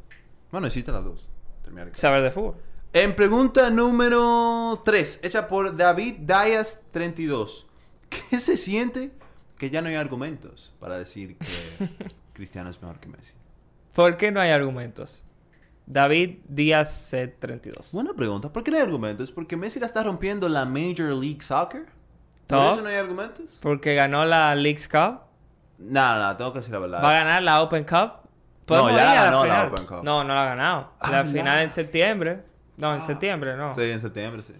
Speaker 1: Bueno, existen las dos. Terminar y cagar.
Speaker 2: Saber de fútbol.
Speaker 1: En pregunta número 3, hecha por David Dias 32. ¿Qué se siente que ya no hay argumentos para decir que Cristiano es mejor que Messi?
Speaker 2: ¿Por qué no hay argumentos? David Díaz C32.
Speaker 1: Buena pregunta. ¿Por qué no hay argumentos? ¿Porque Messi la está rompiendo la Major League Soccer? ¿Por
Speaker 2: No.
Speaker 1: eso no hay argumentos?
Speaker 2: Porque ganó la Leagues Cup.
Speaker 1: No, no, tengo que decir la verdad.
Speaker 2: Va a ganar la Open Cup. ¿Podemos
Speaker 1: ya
Speaker 2: ir a
Speaker 1: ganó la
Speaker 2: final?
Speaker 1: Open Cup.
Speaker 2: No, no la ha ganado.
Speaker 1: Ah,
Speaker 2: la
Speaker 1: ¿verdad?
Speaker 2: final en septiembre. No, en septiembre no.
Speaker 1: Sí, en septiembre, sí.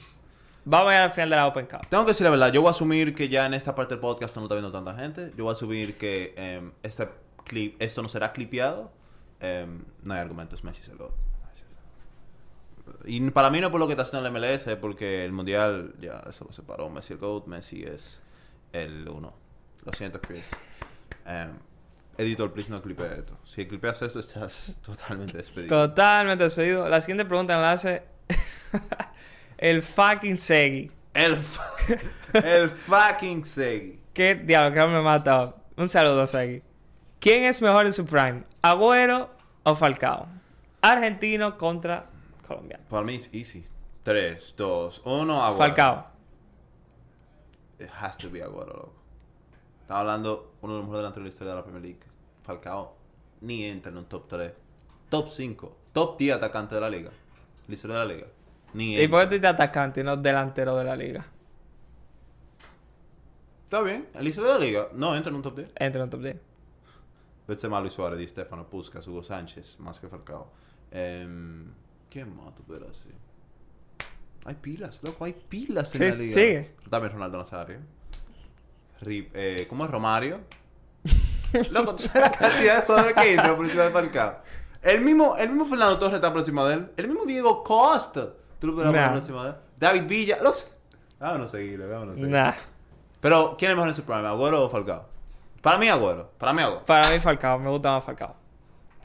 Speaker 2: Vamos a ir a la final de la Open Cup.
Speaker 1: Tengo que decir la verdad, yo voy a asumir que ya en esta parte del podcast no lo está viendo tanta gente. Yo voy a asumir que em, este clip, esto no será clipeado. Em, no hay argumentos, Messi es el GOAT. Y para mí no por lo que está haciendo el MLS, porque el Mundial ya eso lo separó. Messi el GOAT, Messi es el uno. Lo siento, Chris. Em, editor, please no clipea esto. Si clipeas esto, estás totalmente despedido.
Speaker 2: Totalmente despedido. La siguiente pregunta la hace el fucking Segi.
Speaker 1: el, fu- el fucking Segi.
Speaker 2: Qué diablo, que me mata. Un saludo, Segi. ¿Quién es mejor en su prime? ¿Agüero o Falcao? Argentino contra colombiano.
Speaker 1: Para mí es easy. 3, 2, 1, Agüero.
Speaker 2: Falcao.
Speaker 1: It has to be Agüero, loco. Estaba hablando uno de los mejores delanteros de la historia de la Premier League. Falcao ni entra en un top 3. Top 5. Top 10 atacante de la liga. La historia de la liga. Ni
Speaker 2: ¿Y por qué
Speaker 1: entra.
Speaker 2: tú te atacante y no delantero de la liga?
Speaker 1: Está bien. La historia de la liga no entra en un top 10.
Speaker 2: Entra en el top 10.
Speaker 1: Benzema, Luis Suárez, Di Stefano, Puskas, Hugo Sánchez, más que Falcao. Em, ¿Quién más tú puedes así? Hay pilas, loco, hay pilas en
Speaker 2: Sí,
Speaker 1: la liga.
Speaker 2: sigue.
Speaker 1: También Ronaldo Nazario. Ri- eh, ¿Cómo es Romario? loco, tú sabes la cantidad de jugadores que entra por encima de Falcao. El mismo, el mismo Fernando Torres está próximo de él. El mismo Diego Costa. Tú lo puedes poner
Speaker 2: Nah.
Speaker 1: próximo de él. David Villa. Los... Vámonos a seguirlo, vámonos a seguirlo.
Speaker 2: Nah.
Speaker 1: Pero, ¿quién es mejor en su prime? ¿Agüero o Falcao? Para mí, Agüero. Para mí, Agüero.
Speaker 2: Para mí Falcao. Me gusta más Falcao.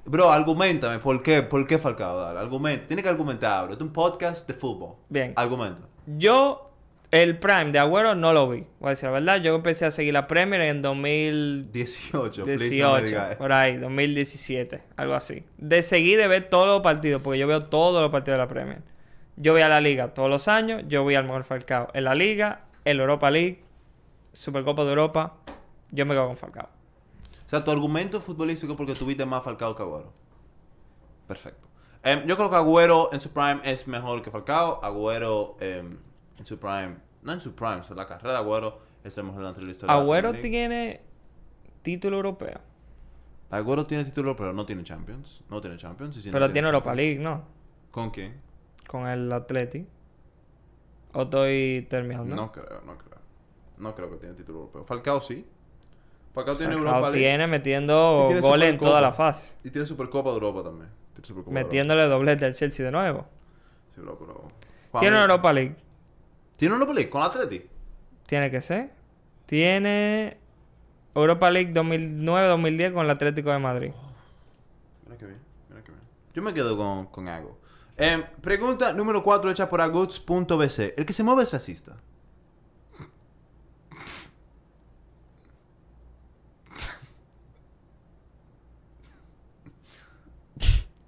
Speaker 1: Bro, argumentame, ¿por qué? ¿Por qué Falcao? Dale, argumenta. Tiene que argumentar, bro. Es un podcast de fútbol.
Speaker 2: Bien.
Speaker 1: Argumenta.
Speaker 2: Yo, el prime de Agüero no lo vi. Voy a decir la verdad. Yo empecé a seguir la Premier en 2000...
Speaker 1: 18, please, no me
Speaker 2: 18,
Speaker 1: digas.
Speaker 2: por ahí, 2017, algo así. De seguir de ver todos los partidos, porque yo veo todos los partidos de la Premier. Yo voy a la Liga todos los años, yo voy al mejor Falcao en la Liga, en la Europa League, Supercopa de Europa, yo me quedo con Falcao.
Speaker 1: O sea, tu argumento futbolístico es porque tuviste más Falcao que Agüero. Perfecto. Em, yo creo que Agüero en su prime es mejor que Falcao. Agüero em, en su prime... No en su prime, o sea, la carrera de Agüero es el mejor delantero de la historia. de la
Speaker 2: Agüero
Speaker 1: Premier League.
Speaker 2: tiene título europeo,
Speaker 1: Agüero tiene título, pero no tiene Champions. No tiene Champions. y si no
Speaker 2: pero tiene Europa
Speaker 1: Champions-
Speaker 2: League, ¿no?
Speaker 1: ¿Con quién?
Speaker 2: Con el Atleti. ¿O estoy terminando?
Speaker 1: No creo, no creo. No creo que tiene título europeo. Falcao sí. Falcao tiene
Speaker 2: Falcao
Speaker 1: Europa League.
Speaker 2: tiene metiendo
Speaker 1: Y tiene
Speaker 2: goles en
Speaker 1: Supercopa.
Speaker 2: toda la fase.
Speaker 1: Y tiene Supercopa de Europa también. Tiene Supercopa de
Speaker 2: Metiéndole doblete al Chelsea de nuevo.
Speaker 1: Europa. Sí, loco, loco.
Speaker 2: Tiene
Speaker 1: Juan,
Speaker 2: Europa League.
Speaker 1: ¿Tiene Europa League con Atleti?
Speaker 2: Tiene que ser. Tiene Europa League 2009-2010 con el Atlético de Madrid.
Speaker 1: Mira qué bien, mira qué bien. Yo me quedo con, con algo. Em, pregunta número 4 hecha por aguts.bc. ¿El que se mueve es racista?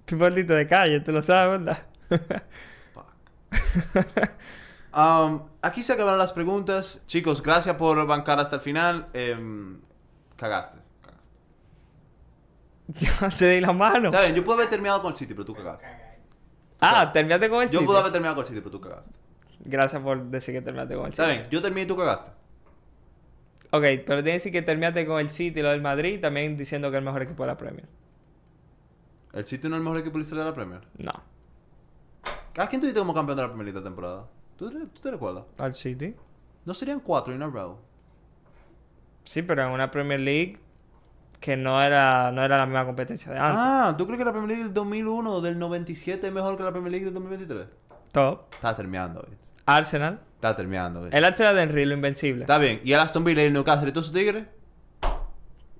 Speaker 2: Tu maldito de calle, tú lo sabes, ¿verdad?
Speaker 1: Um, aquí se acabaron las preguntas. Chicos, gracias por bancar hasta el final. Em, cagaste. cagaste.
Speaker 2: Yo te di la mano.
Speaker 1: Está bien, yo puedo haber terminado con el City, pero tú cagaste.
Speaker 2: Ah, terminaste con el
Speaker 1: Yo
Speaker 2: City.
Speaker 1: puedo haber terminado con el City, pero tú cagaste.
Speaker 2: Gracias por decir que terminaste con el City.
Speaker 1: Está bien, yo terminé y tú cagaste.
Speaker 2: Ok, pero tienes que decir que terminaste con el City y lo del Madrid, también diciendo que es el mejor equipo de la Premier.
Speaker 1: ¿El City no es el mejor equipo de la historia de la Premier?
Speaker 2: No.
Speaker 1: ¿A quién tuviste como campeón de la Premier League esta temporada? ¿Tú, te- tú te recuerdas?
Speaker 2: Al City.
Speaker 1: No serían cuatro in a row.
Speaker 2: Sí, pero en una Premier League que no era, no era la misma competencia de antes.
Speaker 1: Ah, ¿tú crees que la Premier League del 2001 del 97 es mejor que la Premier League del 2023?
Speaker 2: Ah. Top.
Speaker 1: Está terminando, ¿viste?
Speaker 2: Arsenal.
Speaker 1: Está terminando, ¿viste?
Speaker 2: El Arsenal de Henry, lo invencible.
Speaker 1: Está bien. ¿Y el Aston Villa y el Newcastle y todos esos tigres?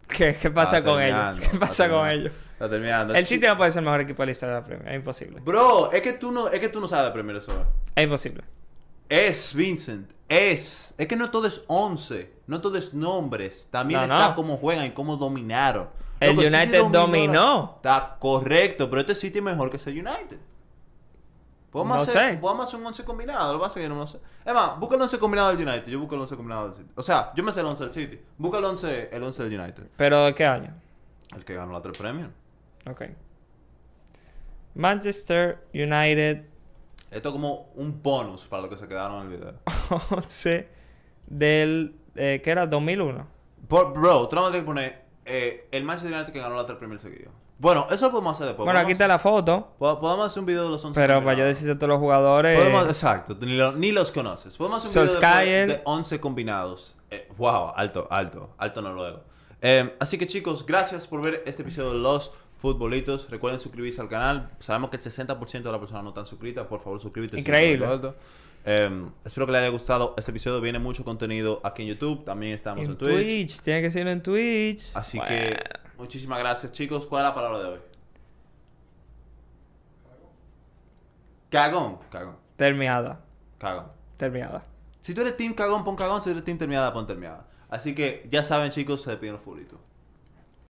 Speaker 2: ¿Qué, qué pasa
Speaker 1: Está
Speaker 2: con ellos?
Speaker 1: Ah, terminando,
Speaker 2: ¿Qué
Speaker 1: está
Speaker 2: pasa con
Speaker 1: terminando.
Speaker 2: ellos?
Speaker 1: Está terminando.
Speaker 2: El City no puede ser el mejor equipo de la historia de la Premier. Es imposible.
Speaker 1: Bro, es que tú no, es que tú no sabes de Premier eso. ¿eh?
Speaker 2: Es imposible.
Speaker 1: Es Vincent, es. Es que no todo es 11, no todo es nombres. También
Speaker 2: No,
Speaker 1: está
Speaker 2: no.
Speaker 1: cómo juegan y cómo dominaron.
Speaker 2: El
Speaker 1: Loco, City
Speaker 2: United dominó.
Speaker 1: Está correcto, pero este City es mejor que ese United. Podemos,
Speaker 2: No
Speaker 1: hacer,
Speaker 2: sé.
Speaker 1: podemos hacer un 11 combinado, lo que pasa es que no lo sé. Es más, busca el 11 combinado del United, yo busco el 11 combinado del City. O sea, yo me sé el 11 del City, busca el 11, el 11 del United.
Speaker 2: ¿Pero de qué año?
Speaker 1: El que ganó la 3 Premium.
Speaker 2: Ok. Manchester United
Speaker 1: Esto es como un bonus para los que se quedaron en el video.
Speaker 2: 11 del... eh, ¿Qué era? 2001.
Speaker 1: Por- bro, tú nada más tienes que poner eh, el Manchester United que ganó la 3 Premier seguido. Bueno, eso lo podemos hacer después.
Speaker 2: Bueno,
Speaker 1: Podemos-
Speaker 2: aquí está la foto.
Speaker 1: po- Podemos hacer un video de los 11
Speaker 2: Pero para
Speaker 1: combinados.
Speaker 2: yo decirte a todos los jugadores...
Speaker 1: Podemos- exacto, ni, lo- ni los conoces. Podemos hacer un video
Speaker 2: Solskjaer.
Speaker 1: después de 11 combinados. Eh, wow, alto, alto, alto noruego. Eh, así que chicos, gracias por ver este episodio de Los Futbolitos. Recuerden suscribirse al canal. Sabemos que el 60% de las personas no están suscritas. Por favor, suscríbete. si no
Speaker 2: Increíble.
Speaker 1: estás suscrito. Eh, espero que les haya gustado este episodio. Viene mucho contenido aquí en YouTube. También estamos en,
Speaker 2: En Twitch. Tiene que ser en Twitch.
Speaker 1: Así
Speaker 2: Bueno,
Speaker 1: que muchísimas gracias, chicos. ¿Cuál es la palabra de hoy? Cagón, cagón,
Speaker 2: Terminada.
Speaker 1: cagón.
Speaker 2: Terminada.
Speaker 1: Si tú eres team cagón, pon cagón. Si tú eres team terminada, pon terminada. Así que ya saben, chicos, se despiden los futbolitos.